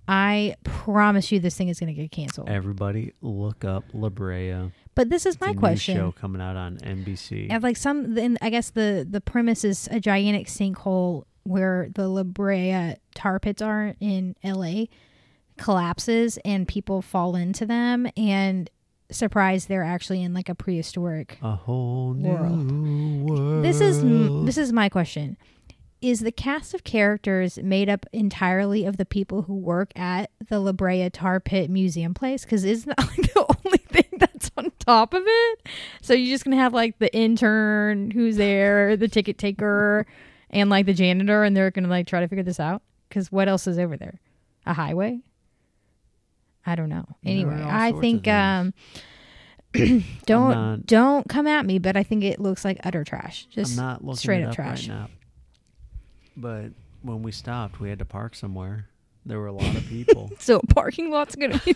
Speaker 2: I promise you this thing is gonna get canceled.
Speaker 1: Everybody, look up La Brea.
Speaker 2: But this is my
Speaker 1: it's a
Speaker 2: question.
Speaker 1: New show coming out on NBC.
Speaker 2: I have like some then i guess the the premise is a gigantic sinkhole where the la brea tar pits are in la collapses and people fall into them and surprise they're actually in like a prehistoric
Speaker 1: a whole new
Speaker 2: World.
Speaker 1: world.
Speaker 2: this is m- this is my question is the cast of characters made up entirely of the people who work at the La Brea Tar Pit Museum place? Because isn't that <laughs> like the only thing that's on top of it? So you're just gonna have like the intern who's there, the ticket taker, and like the janitor, and they're gonna like try to figure this out. Because what else is over there? A highway? I don't know.
Speaker 1: There are
Speaker 2: Anyway,
Speaker 1: all
Speaker 2: I
Speaker 1: sorts of
Speaker 2: think
Speaker 1: things.
Speaker 2: um, <clears throat> don't
Speaker 1: not-
Speaker 2: don't come at me, but I think it looks like utter trash. Just
Speaker 1: I'm not looking
Speaker 2: straight
Speaker 1: it
Speaker 2: up
Speaker 1: up
Speaker 2: trash.
Speaker 1: right now. But when we stopped, we had to park somewhere. There were a lot of
Speaker 2: <laughs>
Speaker 1: people.
Speaker 2: So a parking lot's gonna be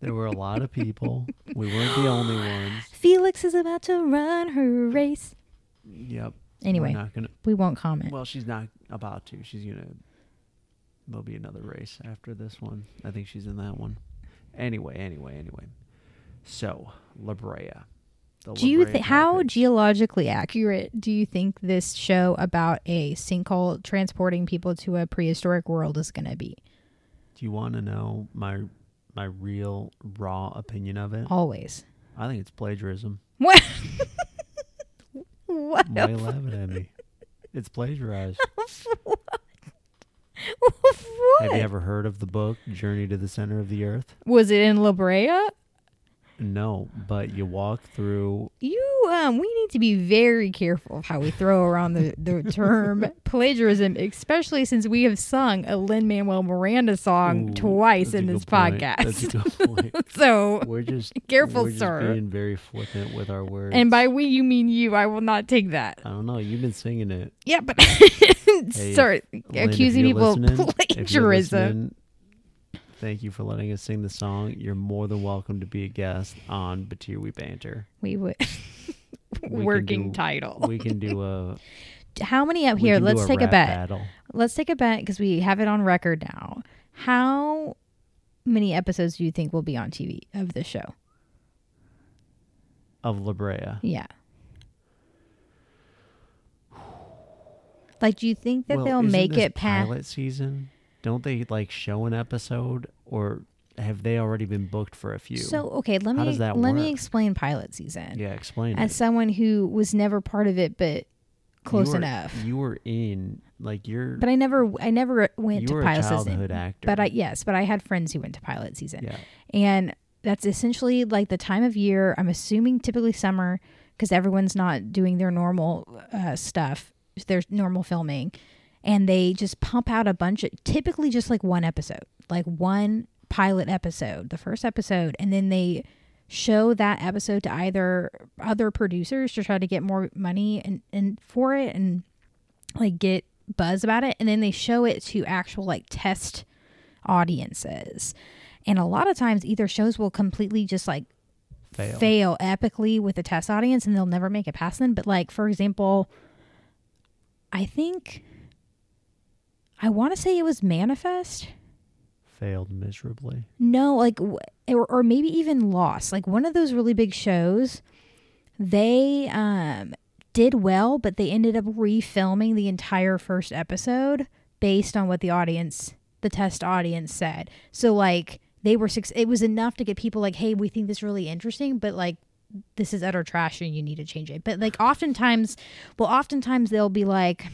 Speaker 1: there were a lot of people. We weren't the only ones.
Speaker 2: <laughs> Felix is about to run her race.
Speaker 1: Yep.
Speaker 2: Anyway, Uh,
Speaker 1: we're not gonna.
Speaker 2: we won't comment.
Speaker 1: Well, she's not about to. She's gonna. There'll be another race after this one. I think she's in that one. Anyway, anyway, anyway. So La Brea. The
Speaker 2: do
Speaker 1: La
Speaker 2: you
Speaker 1: Brea
Speaker 2: thi- how
Speaker 1: Tarpon.
Speaker 2: geologically accurate do you think this show about a sinkhole transporting people to a prehistoric world is gonna be?
Speaker 1: Do you want to know my my real raw opinion of
Speaker 2: Oh.
Speaker 1: it?
Speaker 2: Always.
Speaker 1: I think it's
Speaker 2: <laughs>
Speaker 1: plagiarism.
Speaker 2: What? what?
Speaker 1: Why are you laughing at me? It's
Speaker 2: <laughs>
Speaker 1: plagiarized. Have
Speaker 2: what?
Speaker 1: you ever heard of the book Journey to the Center of the Earth?
Speaker 2: Was it in La Brea?
Speaker 1: No, but you walk through.
Speaker 2: You um, we need to be very careful of how we throw around the, the term
Speaker 1: <laughs>
Speaker 2: plagiarism, especially since we have sung a Lin Manuel Miranda song
Speaker 1: Ooh,
Speaker 2: twice
Speaker 1: that's a
Speaker 2: in
Speaker 1: good
Speaker 2: this
Speaker 1: point. That's a
Speaker 2: podcast. <laughs>
Speaker 1: good point.
Speaker 2: So <laughs>
Speaker 1: We're just
Speaker 2: Careful,
Speaker 1: we're just
Speaker 2: sir.
Speaker 1: Being very flippant with our words.
Speaker 2: and by we you mean you, I will not take that.
Speaker 1: I don't know. You've been singing it.
Speaker 2: Yeah, but <laughs>
Speaker 1: Hey,
Speaker 2: start
Speaker 1: Lynn, if
Speaker 2: accusing
Speaker 1: you're
Speaker 2: people
Speaker 1: listening-
Speaker 2: of
Speaker 1: if you're
Speaker 2: plagiarism.
Speaker 1: listening, Thank you for letting us sing the song. You're more than welcome to be a guest on Batir <laughs> We Banter.
Speaker 2: We would
Speaker 1: can
Speaker 2: working
Speaker 1: do-
Speaker 2: title.
Speaker 1: We can do
Speaker 2: <laughs>
Speaker 1: a
Speaker 2: how many up
Speaker 1: we
Speaker 2: Oh, here?
Speaker 1: can do
Speaker 2: Let's take a
Speaker 1: rap
Speaker 2: bet.
Speaker 1: Battle.
Speaker 2: Let's take a bet because we have it on record now. How many episodes do you think will be on TV of the show?
Speaker 1: of La Brea.
Speaker 2: Yeah. Like, do you think that
Speaker 1: Well,
Speaker 2: they'll
Speaker 1: isn't
Speaker 2: make
Speaker 1: this
Speaker 2: it past?
Speaker 1: pilot season. Don't they like show an episode, or have they already been booked for a few?
Speaker 2: So okay, let
Speaker 1: How
Speaker 2: me
Speaker 1: does
Speaker 2: let
Speaker 1: that
Speaker 2: me
Speaker 1: work?
Speaker 2: explain pilot season.
Speaker 1: yeah, explain.
Speaker 2: As
Speaker 1: it.
Speaker 2: someone who was never part of it, but close
Speaker 1: You were-
Speaker 2: enough.
Speaker 1: You were in like you're.
Speaker 2: But I never I never went
Speaker 1: you
Speaker 2: to
Speaker 1: were a
Speaker 2: pilot
Speaker 1: childhood
Speaker 2: season.
Speaker 1: actor.
Speaker 2: But I yes, but I had friends who went to pilot season.
Speaker 1: yeah.
Speaker 2: and that's essentially like the time of year i'm assuming typically summer because everyone's not doing their normal uh, stuff their normal filming and they just pump out a bunch of typically just like one episode like one pilot episode the first episode and then they show that episode to either other producers to try to get more money and, and for it and like get buzz about it and then they show it to actual like test audiences and a lot of times either shows will completely just like
Speaker 1: Fail.
Speaker 2: fail epically with a test audience and they'll never make it past them. But like for example, I think I want to say it was Manifest.
Speaker 1: Failed miserably.
Speaker 2: No, like w- or, or maybe even Lost. Like one of those really big shows, they um did well, but they ended up refilming the entire first episode based on what the audience, the test audience said. So like they were six. It was enough to get people like, hey, we think this is really interesting, but like this is utter trash and you need to change it. But like oftentimes, well, oftentimes they'll be like,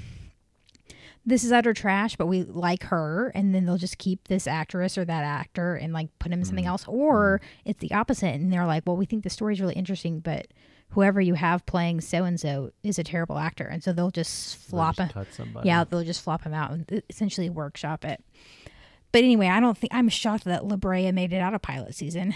Speaker 2: this is utter trash, but we like her, and then they'll just keep this actress or that actor and like put him in something else, or it's the opposite, and they're like, well, we think the story's really interesting, but whoever you have playing so and so is a terrible actor, and so they'll just flop
Speaker 1: just
Speaker 2: him.
Speaker 1: cut somebody.
Speaker 2: Yeah, they'll just flop him out and e-, essentially workshop it. But anyway, I don't think I'm shocked that La Brea made it out of pilot season.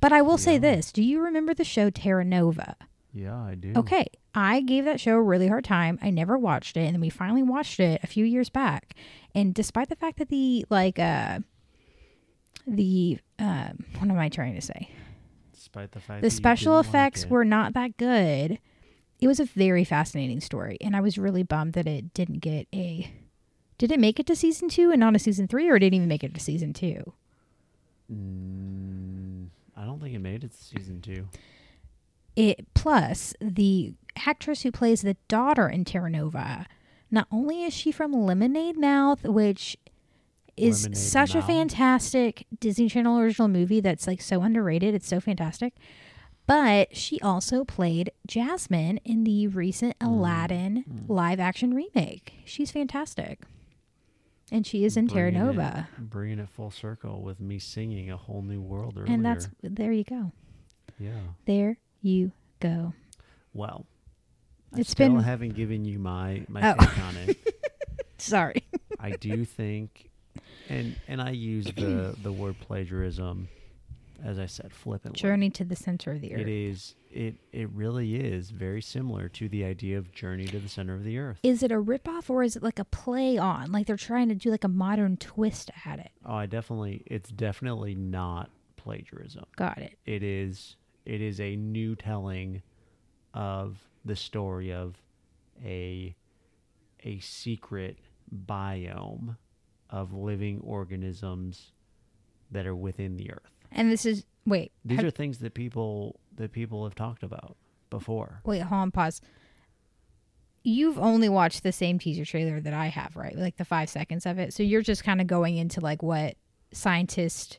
Speaker 2: But I will say this: Do you remember the show Terra Nova?
Speaker 1: Yeah, I do.
Speaker 2: Okay, I gave that show a really hard time. I never watched it, and then we finally watched it a few years back. And despite the fact that the like uh the um what am I trying to say?
Speaker 1: Despite the fact that
Speaker 2: The
Speaker 1: you
Speaker 2: special
Speaker 1: didn't like
Speaker 2: effects
Speaker 1: it.
Speaker 2: were not that good. It was a very fascinating story, and I was really bummed that it didn't get a. Did it make it to season two and not a season three, or it didn't even make it to season two?
Speaker 1: Mm, I don't think it made it to season two.
Speaker 2: It plus the actress who plays the daughter in Terra Nova. Not only is she from Lemonade Mouth, which is
Speaker 1: Lemonade
Speaker 2: such a
Speaker 1: Mouth?
Speaker 2: fantastic Disney Channel original movie that's like so underrated. It's so fantastic. But she also played Jasmine in the recent
Speaker 1: Mm.
Speaker 2: Aladdin live action remake. She's fantastic. And she is in Terra
Speaker 1: Bringing it-
Speaker 2: Nova.
Speaker 1: bringing it full circle with me singing a whole new world earlier.
Speaker 2: And that's there you go.
Speaker 1: yeah.
Speaker 2: There you go.
Speaker 1: Well,
Speaker 2: It's
Speaker 1: I still
Speaker 2: been-
Speaker 1: haven't given you my my
Speaker 2: Oh.
Speaker 1: take on it.
Speaker 2: Sorry. <laughs>
Speaker 1: I do think, and and I use the the word plagiarism, as I said flippantly.
Speaker 2: Journey to the center of the earth.
Speaker 1: It is it it really is very similar to the idea of journey to the center of the earth.
Speaker 2: is it a ripoff or is it like a play on? Like they're trying to do like a modern twist at it.
Speaker 1: Oh, I definitely it's definitely not plagiarism.
Speaker 2: Got it.
Speaker 1: It is it is a new telling of the story of a a secret biome of living organisms that are within the earth.
Speaker 2: And this is wait,
Speaker 1: These
Speaker 2: have-
Speaker 1: are things that people that people have talked about before.
Speaker 2: wait, hold on, pause. You've only watched the same teaser trailer that I have, right? Like the five seconds of it. So you're just kind of going into like what scientists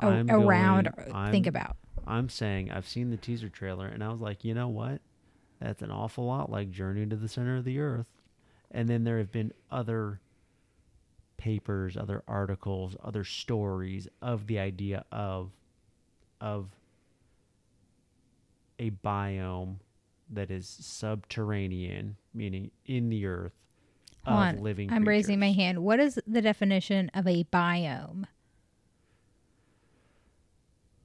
Speaker 2: a-
Speaker 1: I'm
Speaker 2: Oh, around
Speaker 1: going-
Speaker 2: or
Speaker 1: I'm-
Speaker 2: think about.
Speaker 1: I'm saying I've seen the teaser trailer and I was like, you know what? That's an awful lot like Journey to the Center of the Earth. And then there have been other papers, other articles, other stories of the idea of of a biome that is subterranean, meaning in the earth
Speaker 2: Hold
Speaker 1: of
Speaker 2: on.
Speaker 1: living
Speaker 2: I'm raising my
Speaker 1: creatures.
Speaker 2: hand. What is the definition of a biome?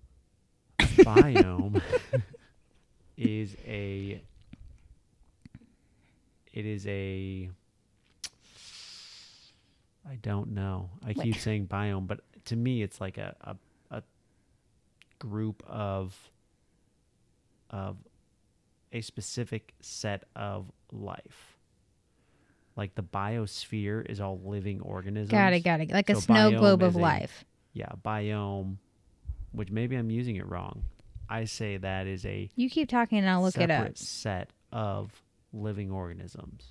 Speaker 2: <laughs>
Speaker 1: biome is a it is a I don't know. I keep saying biome, but to me it's like a, a a group of of a specific set of life. Like the biosphere is all living organisms.
Speaker 2: Got it, got it. Like a
Speaker 1: So
Speaker 2: snow
Speaker 1: biome
Speaker 2: globe of
Speaker 1: is a-
Speaker 2: life.
Speaker 1: Yeah, biome, which maybe I'm using it wrong. I say that is a
Speaker 2: You keep talking and I'll look
Speaker 1: separate
Speaker 2: it up.
Speaker 1: set of living organisms.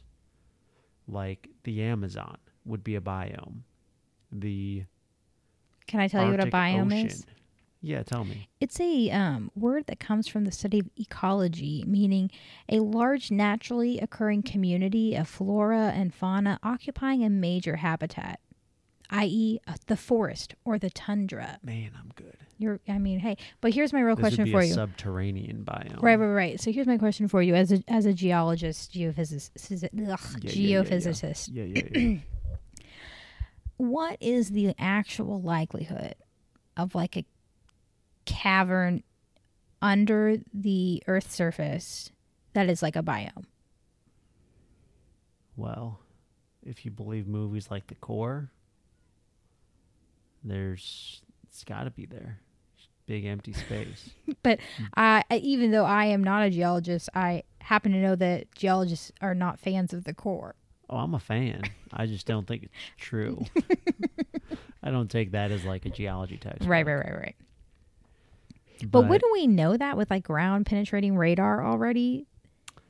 Speaker 1: Like the Amazon would be a biome. The
Speaker 2: Can I tell you what a
Speaker 1: Arctic
Speaker 2: biome
Speaker 1: Ocean.
Speaker 2: is?
Speaker 1: Yeah, tell me.
Speaker 2: It's a um, word that comes from the study of ecology, meaning a large naturally occurring community of flora and fauna occupying a major habitat, i.e., uh, the forest or the tundra.
Speaker 1: Man, I'm good.
Speaker 2: You're, I mean, hey, but here's my real
Speaker 1: This would
Speaker 2: question
Speaker 1: be
Speaker 2: for
Speaker 1: a
Speaker 2: you.
Speaker 1: subterranean biome.
Speaker 2: right, right, right. So here's my question for you as a as a geologist, geophysicist,
Speaker 1: Yeah, yeah, yeah,
Speaker 2: ugh,
Speaker 1: yeah.
Speaker 2: geophysicist.
Speaker 1: Yeah, yeah,
Speaker 2: <clears throat>
Speaker 1: yeah.
Speaker 2: what is the actual likelihood of like a cavern under the earth's surface that is like a biome?
Speaker 1: well, if you believe movies like The Core, there's it's got to be there. Big empty
Speaker 2: <laughs>
Speaker 1: space.
Speaker 2: But I, I- even though I am not a geologist, I happen to know that geologists are not fans of the core.
Speaker 1: Oh, I'm a fan. I just don't think it's
Speaker 2: <laughs>
Speaker 1: true. I don't take that as like a geology textbook.
Speaker 2: Right, right, right, right.
Speaker 1: But,
Speaker 2: But, wouldn't we know that with like ground penetrating radar already?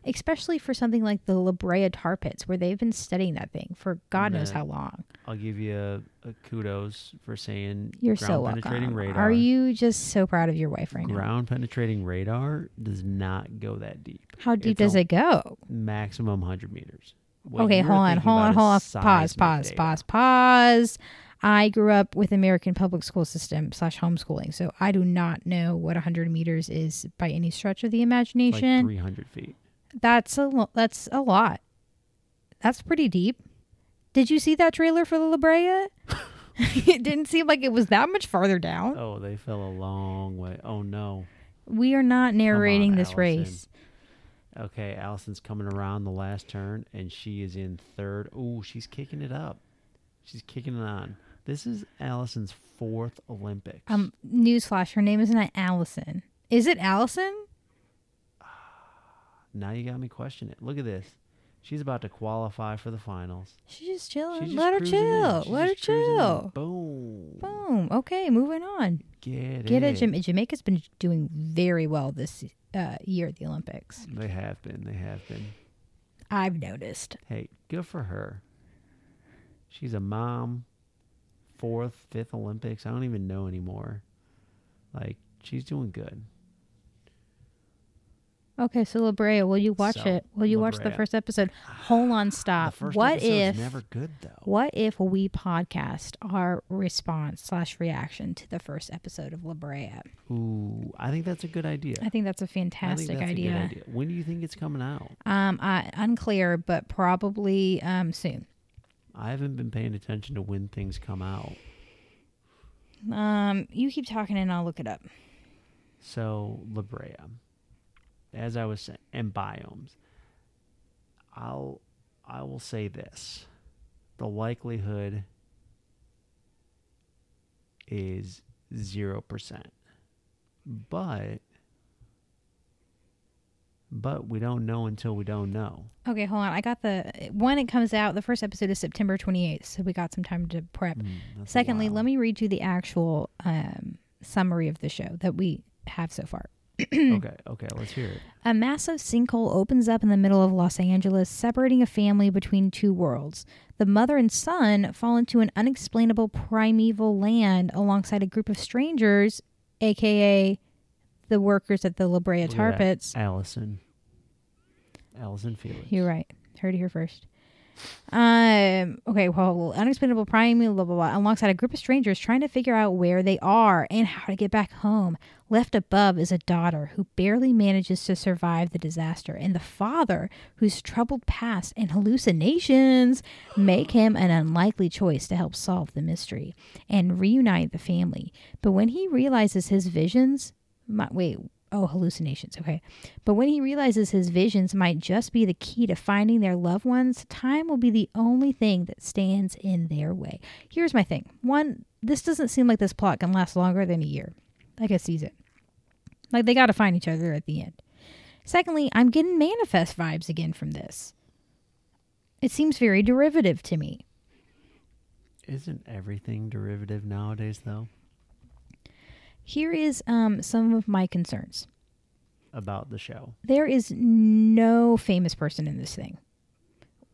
Speaker 2: especially for something like the La Brea tar pits, where they've been studying that thing for God knows
Speaker 1: Nah.
Speaker 2: how long.
Speaker 1: I'll give you a, a kudos for saying
Speaker 2: You're
Speaker 1: ground
Speaker 2: so
Speaker 1: penetrating
Speaker 2: welcome.
Speaker 1: radar.
Speaker 2: Are you just so proud of your wife right now?
Speaker 1: ground penetrating radar does not go that deep.
Speaker 2: How deep
Speaker 1: It's
Speaker 2: does
Speaker 1: a
Speaker 2: it go?
Speaker 1: Maximum hundred meters. What
Speaker 2: okay,
Speaker 1: you're
Speaker 2: hold on,
Speaker 1: thinking
Speaker 2: hold on,
Speaker 1: about
Speaker 2: hold on.
Speaker 1: is
Speaker 2: Pause,
Speaker 1: seismic
Speaker 2: pause,
Speaker 1: data.
Speaker 2: pause, pause. I grew up with American public school system slash homeschooling, so I do not know what 100 meters is by any stretch of the
Speaker 1: Like
Speaker 2: imagination.
Speaker 1: three hundred feet.
Speaker 2: that's a lo- that's a lot. That's pretty deep. Did you see that trailer for the La Brea? <laughs> it didn't seem like it was that much farther down.
Speaker 1: Oh, they fell a long way. Oh no.
Speaker 2: We are not narrating this
Speaker 1: Allison.
Speaker 2: race.
Speaker 1: Okay, Allison's coming around the last turn, and she is in third. Ooh, she's kicking it up. She's kicking it on. This is Allison's fourth Olympics.
Speaker 2: Um, newsflash: her name is not Allison. Is it Allison?
Speaker 1: now you got me questioning it. Look at this. She's about to qualify for the finals.
Speaker 2: She's just chilling.
Speaker 1: She's just
Speaker 2: Oh, Let her
Speaker 1: cruising in.
Speaker 2: chill.
Speaker 1: She's
Speaker 2: Let her
Speaker 1: just cruising in.
Speaker 2: chill.
Speaker 1: Boom.
Speaker 2: Boom. Okay, moving on.
Speaker 1: Get,
Speaker 2: Get
Speaker 1: it.
Speaker 2: it. Jama- Jamaica's been doing very well this uh, year at the Olympics.
Speaker 1: They have been. They have been.
Speaker 2: I've noticed.
Speaker 1: Hey, good for her. She's a mom. Fourth, fifth Olympics. I don't even know anymore. Like she's doing good.
Speaker 2: Okay, so La Brea, will you
Speaker 1: So,
Speaker 2: watch it? Will you
Speaker 1: La
Speaker 2: watch the
Speaker 1: Brea.
Speaker 2: first episode? Hold on,
Speaker 1: The
Speaker 2: stop.
Speaker 1: first
Speaker 2: Uh, What
Speaker 1: episode
Speaker 2: if?
Speaker 1: is never good though.
Speaker 2: What if we podcast our response slash reaction to the first episode of La Brea?
Speaker 1: Ooh, I think that's a good idea.
Speaker 2: I think that's a
Speaker 1: I think
Speaker 2: fantastic
Speaker 1: that's
Speaker 2: idea.
Speaker 1: a good idea. When do you think it's coming out?
Speaker 2: Um, I, unclear, but probably um soon.
Speaker 1: I haven't been paying attention to when things come out.
Speaker 2: Um, you keep talking and I'll look it up.
Speaker 1: So La Brea, as I was saying, and biomes. I'll I will say this: the likelihood is zero percent, but but we don't know until we don't know.
Speaker 2: Okay, hold on. I got the one. It comes out. The first episode is September 28th, so we got some time to prep.
Speaker 1: Hmm, That's a
Speaker 2: Secondly,
Speaker 1: while.
Speaker 2: let me read you the actual um, summary of the show that we have so far.
Speaker 1: <clears throat> okay, okay, let's hear it.
Speaker 2: A massive sinkhole opens up in the middle of Los Angeles, separating a family between two worlds. The mother and son fall into an unexplainable primeval land alongside a group of strangers, aka the workers at the La Brea
Speaker 1: Look at
Speaker 2: Tar
Speaker 1: that.
Speaker 2: Pits.
Speaker 1: Allison. Allison Felix.
Speaker 2: You're right. Heard it here first. Um. Okay. Well, unexplainable primal blah blah blah. Alongside a group of strangers trying to figure out where they are and how to get back home. Left above is a daughter who barely manages to survive the disaster, and the father, whose troubled past and hallucinations make him an unlikely choice to help solve the mystery and reunite the family. But when he realizes his visions, my, wait, oh, hallucinations. Okay. But when he realizes his visions might just be the key to finding their loved ones, time will be the only thing that stands in their way. Here's my thing one, this doesn't seem like this plot can last longer than a year, like a season. Like they got to find each other at the end. Secondly, I'm getting manifest vibes again from this. It seems very derivative to me.
Speaker 1: Isn't everything derivative nowadays though?
Speaker 2: Here is um, some of my concerns.
Speaker 1: About the show.
Speaker 2: there is no famous person in this thing,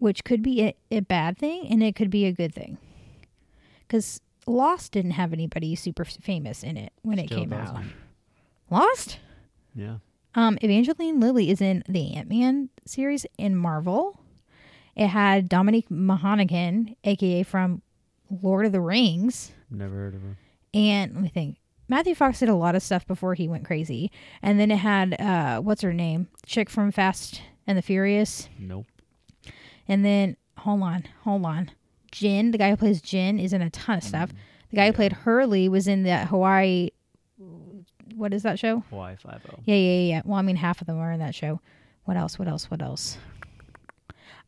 Speaker 2: which could be a, a bad thing and it could be a good thing. Because Lost didn't have anybody super f- famous in it when it
Speaker 1: Still
Speaker 2: came out.
Speaker 1: doesn't.
Speaker 2: Lost?
Speaker 1: Yeah.
Speaker 2: Um, Evangeline Lilly is in the Ant Man series in Marvel. It had Dominique Mahonigan, aka from Lord of the Rings.
Speaker 1: Never heard of her.
Speaker 2: And let me think. Matthew Fox did a lot of stuff before he went crazy. And then it had uh what's her name? Chick from Fast and the Furious.
Speaker 1: Nope.
Speaker 2: And then hold on, hold on. Jin, the guy who plays Jin, is in a ton of stuff. The guy who played Hurley was in that Hawaii what is that show?
Speaker 1: Hawaii Five oh. O.
Speaker 2: Yeah, yeah, yeah, yeah. Well, I mean half of them are in that show. What else? What else? What else?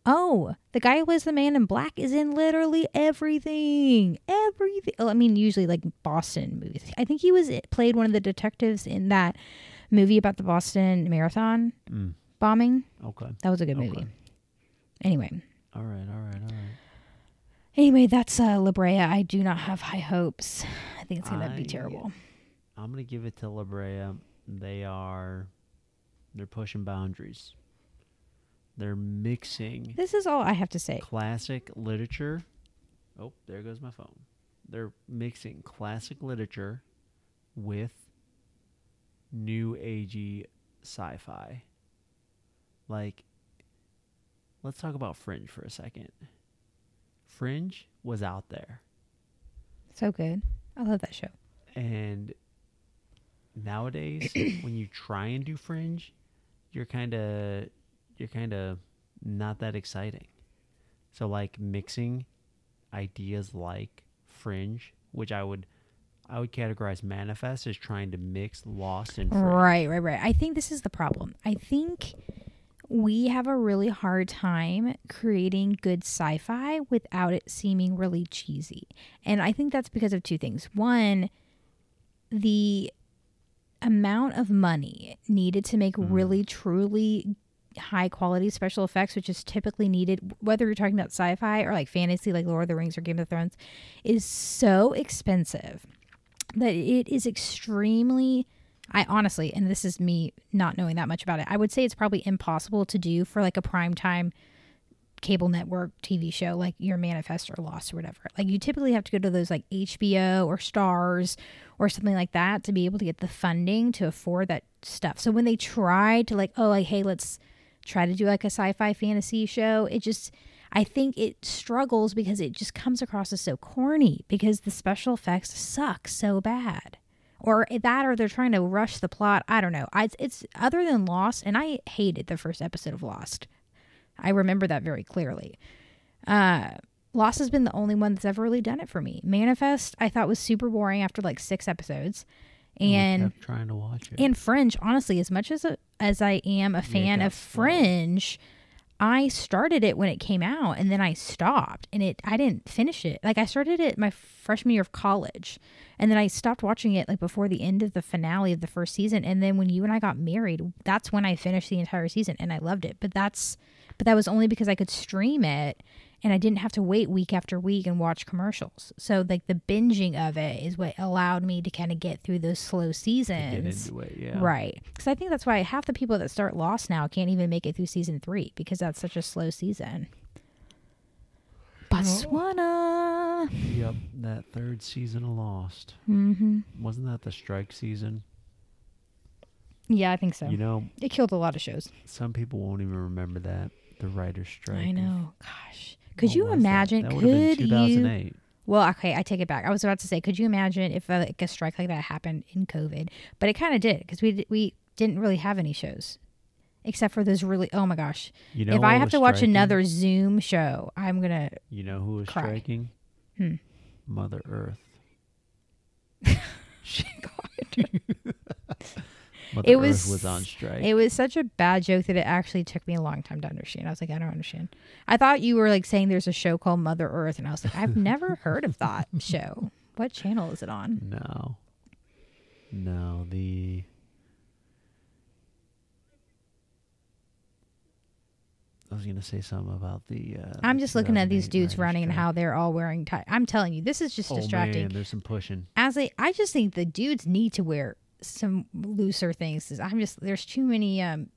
Speaker 2: Oh, the guy who plays the man in black is in literally everything. Everything. Oh, I mean, usually like Boston movies. I think he was eh, played one of the detectives in that movie about the Boston Marathon
Speaker 1: Mm.
Speaker 2: bombing.
Speaker 1: Okay.
Speaker 2: That was a good movie.
Speaker 1: Okay.
Speaker 2: Anyway,
Speaker 1: All right. All right. All right.
Speaker 2: Anyway, that's uh, La Brea. I do not have high hopes. I think it's gonna
Speaker 1: I-
Speaker 2: be terrible.
Speaker 1: I'm gonna give it to La Brea. They are, they're pushing boundaries. They're mixing
Speaker 2: This is all I have to say.
Speaker 1: classic literature. Oh, there goes my phone. They're mixing classic literature with new agey sci-fi. Like let's talk about Fringe for a second. Fringe was out there
Speaker 2: So good. I love that show.
Speaker 1: and
Speaker 2: <clears throat>
Speaker 1: nowadays when you try and do Fringe, you're kind of you're kind of not that exciting. So like mixing ideas like Fringe, which I would I would categorize Manifest as trying to mix Lost and Fringe.
Speaker 2: Right, right, right. I think this is the problem. I think we have a really hard time creating good sci fi without it seeming really cheesy. And I think that's because of two things. One, the amount of money needed to make really, truly high quality special effects, which is typically needed, whether you're talking about sci fi or like fantasy, like Lord of the Rings or Game of Thrones, is so expensive that it is extremely I honestly, and this is me not knowing that much about it, I would say it's probably impossible to do for like a primetime cable network TV show like your Manifest or Lost or whatever. Like you typically have to go to those like HBO or Stars or something like that to be able to get the funding to afford that stuff. So when they try to like, oh, like, hey, let's try to do like a sci fi fantasy show, it just. I think it struggles because it just comes across as so corny because the special effects suck so bad or that or they're trying to rush the plot i don't know I, it's, it's other than lost and i hated the first episode of lost i remember that very clearly uh lost has been the only one that's ever really done it for me manifest i thought was super boring after like six episodes and
Speaker 1: we kept trying to watch it.
Speaker 2: and Fringe, honestly, as much as a, as I am a fan
Speaker 1: got
Speaker 2: of
Speaker 1: slow.
Speaker 2: Fringe, I started it when it came out and then I stopped and it I didn't finish it. Like I started it my freshman year of college and then I stopped watching it like before the end of the finale of the first season and then when you and I got married, that's when I finished the entire season and I loved it. But that's but that was only because I could stream it and I didn't have to wait week after week and watch commercials. So like the binging of it is what allowed me to kind of get through those slow seasons.
Speaker 1: get into it, yeah.
Speaker 2: Right. Because I think that's why half the people that start Lost now can't even make it through season three because that's such a slow season.
Speaker 1: Oh.
Speaker 2: Botswana.
Speaker 1: Yep, that third season of Lost
Speaker 2: Mm-hmm.
Speaker 1: wasn't that the strike season?
Speaker 2: Yeah, I think so.
Speaker 1: You know,
Speaker 2: it killed a lot of shows.
Speaker 1: some people won't even remember that the writer's strike.
Speaker 2: I
Speaker 1: in-
Speaker 2: know. Gosh. Could
Speaker 1: what
Speaker 2: you
Speaker 1: was Oh, that?
Speaker 2: imagine?
Speaker 1: That, would've been
Speaker 2: could you?
Speaker 1: 2008.
Speaker 2: Well, okay, I take it back. I was about to say, could you imagine if uh, like a strike like that happened in COVID? But it kind of did because we d- we didn't really have any shows except for those really. Oh my gosh!
Speaker 1: You know
Speaker 2: if
Speaker 1: what
Speaker 2: I have
Speaker 1: was
Speaker 2: to watch
Speaker 1: striking?
Speaker 2: another Zoom show, I'm gonna.
Speaker 1: You know who was
Speaker 2: Cry.
Speaker 1: striking?
Speaker 2: Hmm.
Speaker 1: Mother Earth.
Speaker 2: hmm.
Speaker 1: <laughs> Mother
Speaker 2: It
Speaker 1: Earth
Speaker 2: was-
Speaker 1: was on strike.
Speaker 2: It was such a bad joke that it actually took me a long time to understand. I was like, I don't understand. I thought you were like saying there's a show called Mother Earth, and I was like,
Speaker 1: <laughs>
Speaker 2: I've never heard of that show. What channel is it on?
Speaker 1: no. No, the I was gonna say something about the. Uh,
Speaker 2: I'm
Speaker 1: the
Speaker 2: just looking at these
Speaker 1: 2008 writer's
Speaker 2: dudes running and
Speaker 1: strike.
Speaker 2: how they're all wearing tie. I'm telling you, this is just
Speaker 1: Oh
Speaker 2: distracting.
Speaker 1: man, there's some pushing.
Speaker 2: As I, I just think the dudes need to wear some looser things. 'cause I'm just there's too many um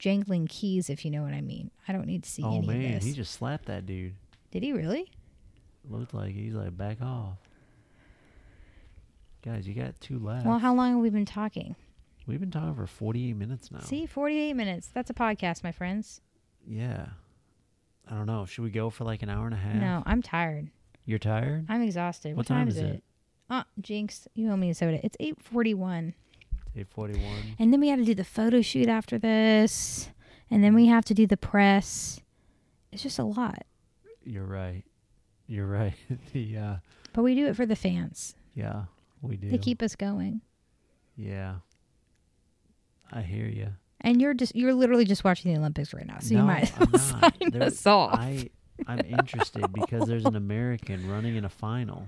Speaker 2: jangling keys, if you know what I mean. I don't need to see
Speaker 1: Oh
Speaker 2: any of
Speaker 1: man,
Speaker 2: this.
Speaker 1: he just slapped that dude.
Speaker 2: Did he really?
Speaker 1: Looked like he's like back off. Guys, you got two left.
Speaker 2: Well, how long have we been talking?
Speaker 1: We've been talking for 48 minutes now.
Speaker 2: See, 48 minutes. That's a podcast, my friends.
Speaker 1: Yeah. I don't know. Should we go for like an hour and a half?
Speaker 2: No, I'm tired.
Speaker 1: You're tired?
Speaker 2: I'm exhausted. What, time, is it? Uh, Jinx, you owe me a soda. It's 8:41.
Speaker 1: 841.
Speaker 2: And then we had to do the photo shoot after this, and then we have to do the press. It's just a lot,
Speaker 1: You're right. You're right. <laughs> the uh
Speaker 2: but we do it for the fans.
Speaker 1: yeah, we do.
Speaker 2: They keep us going.
Speaker 1: yeah. I hear you.
Speaker 2: And you're just you're literally just watching the Olympics right now, so you might as well <laughs> sign us off.
Speaker 1: I I'm interested because there's an American running in a final.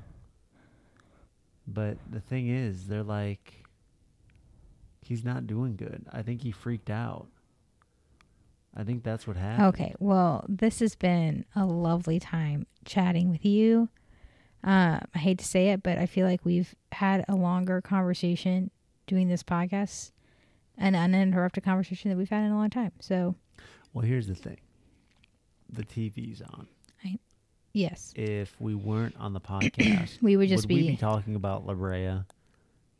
Speaker 1: But the thing is, they're like he's not doing good. I think he freaked out. I think that's what happened.
Speaker 2: Okay, well, this has been a lovely time chatting with you. Um, I hate to say it, but I feel like we've had a longer conversation doing this podcast, an uninterrupted conversation that we've had in a long time. So
Speaker 1: Well, here's the thing. The TV's on.
Speaker 2: Yes,
Speaker 1: If we weren't on the
Speaker 2: <coughs>
Speaker 1: podcast,
Speaker 2: We would just
Speaker 1: we
Speaker 2: be-
Speaker 1: talking about La Brea.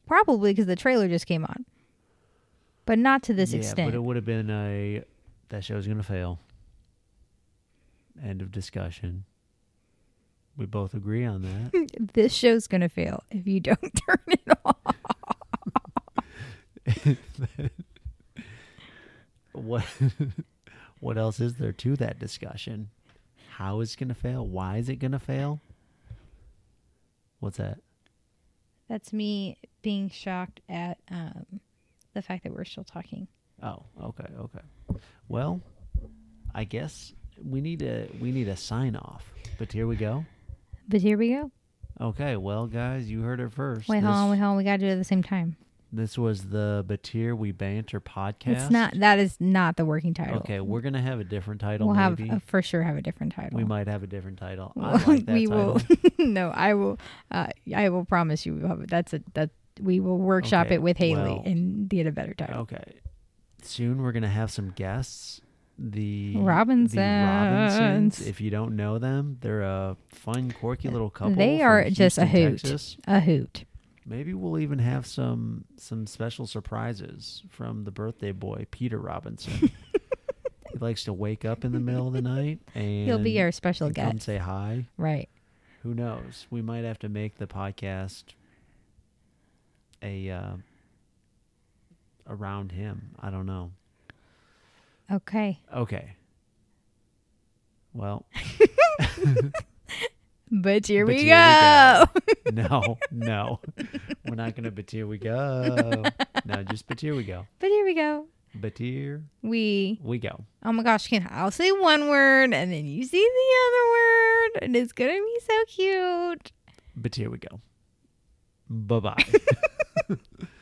Speaker 2: probably because the trailer just came on, but not to this
Speaker 1: yeah,
Speaker 2: extent.
Speaker 1: but it would have been a that show's gonna fail. End of discussion. We both agree on that.
Speaker 2: <laughs> this show's gonna fail if you <laughs> don't turn it off.
Speaker 1: what <laughs> what else is there to that discussion? How is it gonna fail? Why is it gonna fail? What's that?
Speaker 2: That's me being shocked at um, the fact that we're still talking.
Speaker 1: Oh, okay, okay. Well, I guess we need a we need a sign off. But here we go.
Speaker 2: But here we go.
Speaker 1: Okay, well, guys, you heard it first.
Speaker 2: Wait,
Speaker 1: this,
Speaker 2: hold on, wait, hold on. We gotta do it at the same time.
Speaker 1: This was the Batir We Banter podcast.
Speaker 2: It's not. That is not the working title.
Speaker 1: Okay, we're gonna have a different title.
Speaker 2: We'll have
Speaker 1: maybe
Speaker 2: uh, for sure have a different title. <laughs>
Speaker 1: we might have a different title. I like that
Speaker 2: we
Speaker 1: title.
Speaker 2: will. <laughs> no, I will. Uh, I will promise you. We'll have, that's a that we will workshop
Speaker 1: Okay,
Speaker 2: it with Haley
Speaker 1: well-
Speaker 2: and get a better title.
Speaker 1: Okay, soon we're gonna have some guests. The The
Speaker 2: Robinsons.
Speaker 1: Robinsons. If you don't know them, they're a fun, quirky little couple.
Speaker 2: They
Speaker 1: from
Speaker 2: are just a
Speaker 1: Houston,
Speaker 2: hoot.
Speaker 1: Texas.
Speaker 2: A hoot.
Speaker 1: Maybe we'll even have some some special surprises from the birthday boy Peter
Speaker 2: <laughs>
Speaker 1: Robinson. he likes to wake up in the middle of the night and
Speaker 2: He'll be our special
Speaker 1: and come
Speaker 2: guest.
Speaker 1: say hi.
Speaker 2: Right.
Speaker 1: Who knows? We might have to make the podcast a uh, around him. I don't know.
Speaker 2: Okay.
Speaker 1: Okay. Well,
Speaker 2: But here
Speaker 1: but
Speaker 2: we
Speaker 1: here
Speaker 2: go.
Speaker 1: we go. no, no, we're not gonna. But here we go. No, just but here we go.
Speaker 2: <laughs> but here we go.
Speaker 1: But here
Speaker 2: We.
Speaker 1: we go.
Speaker 2: Oh my gosh, can I'll say one word and then you say the other word and it's gonna be so cute.
Speaker 1: But here we go. Bye bye.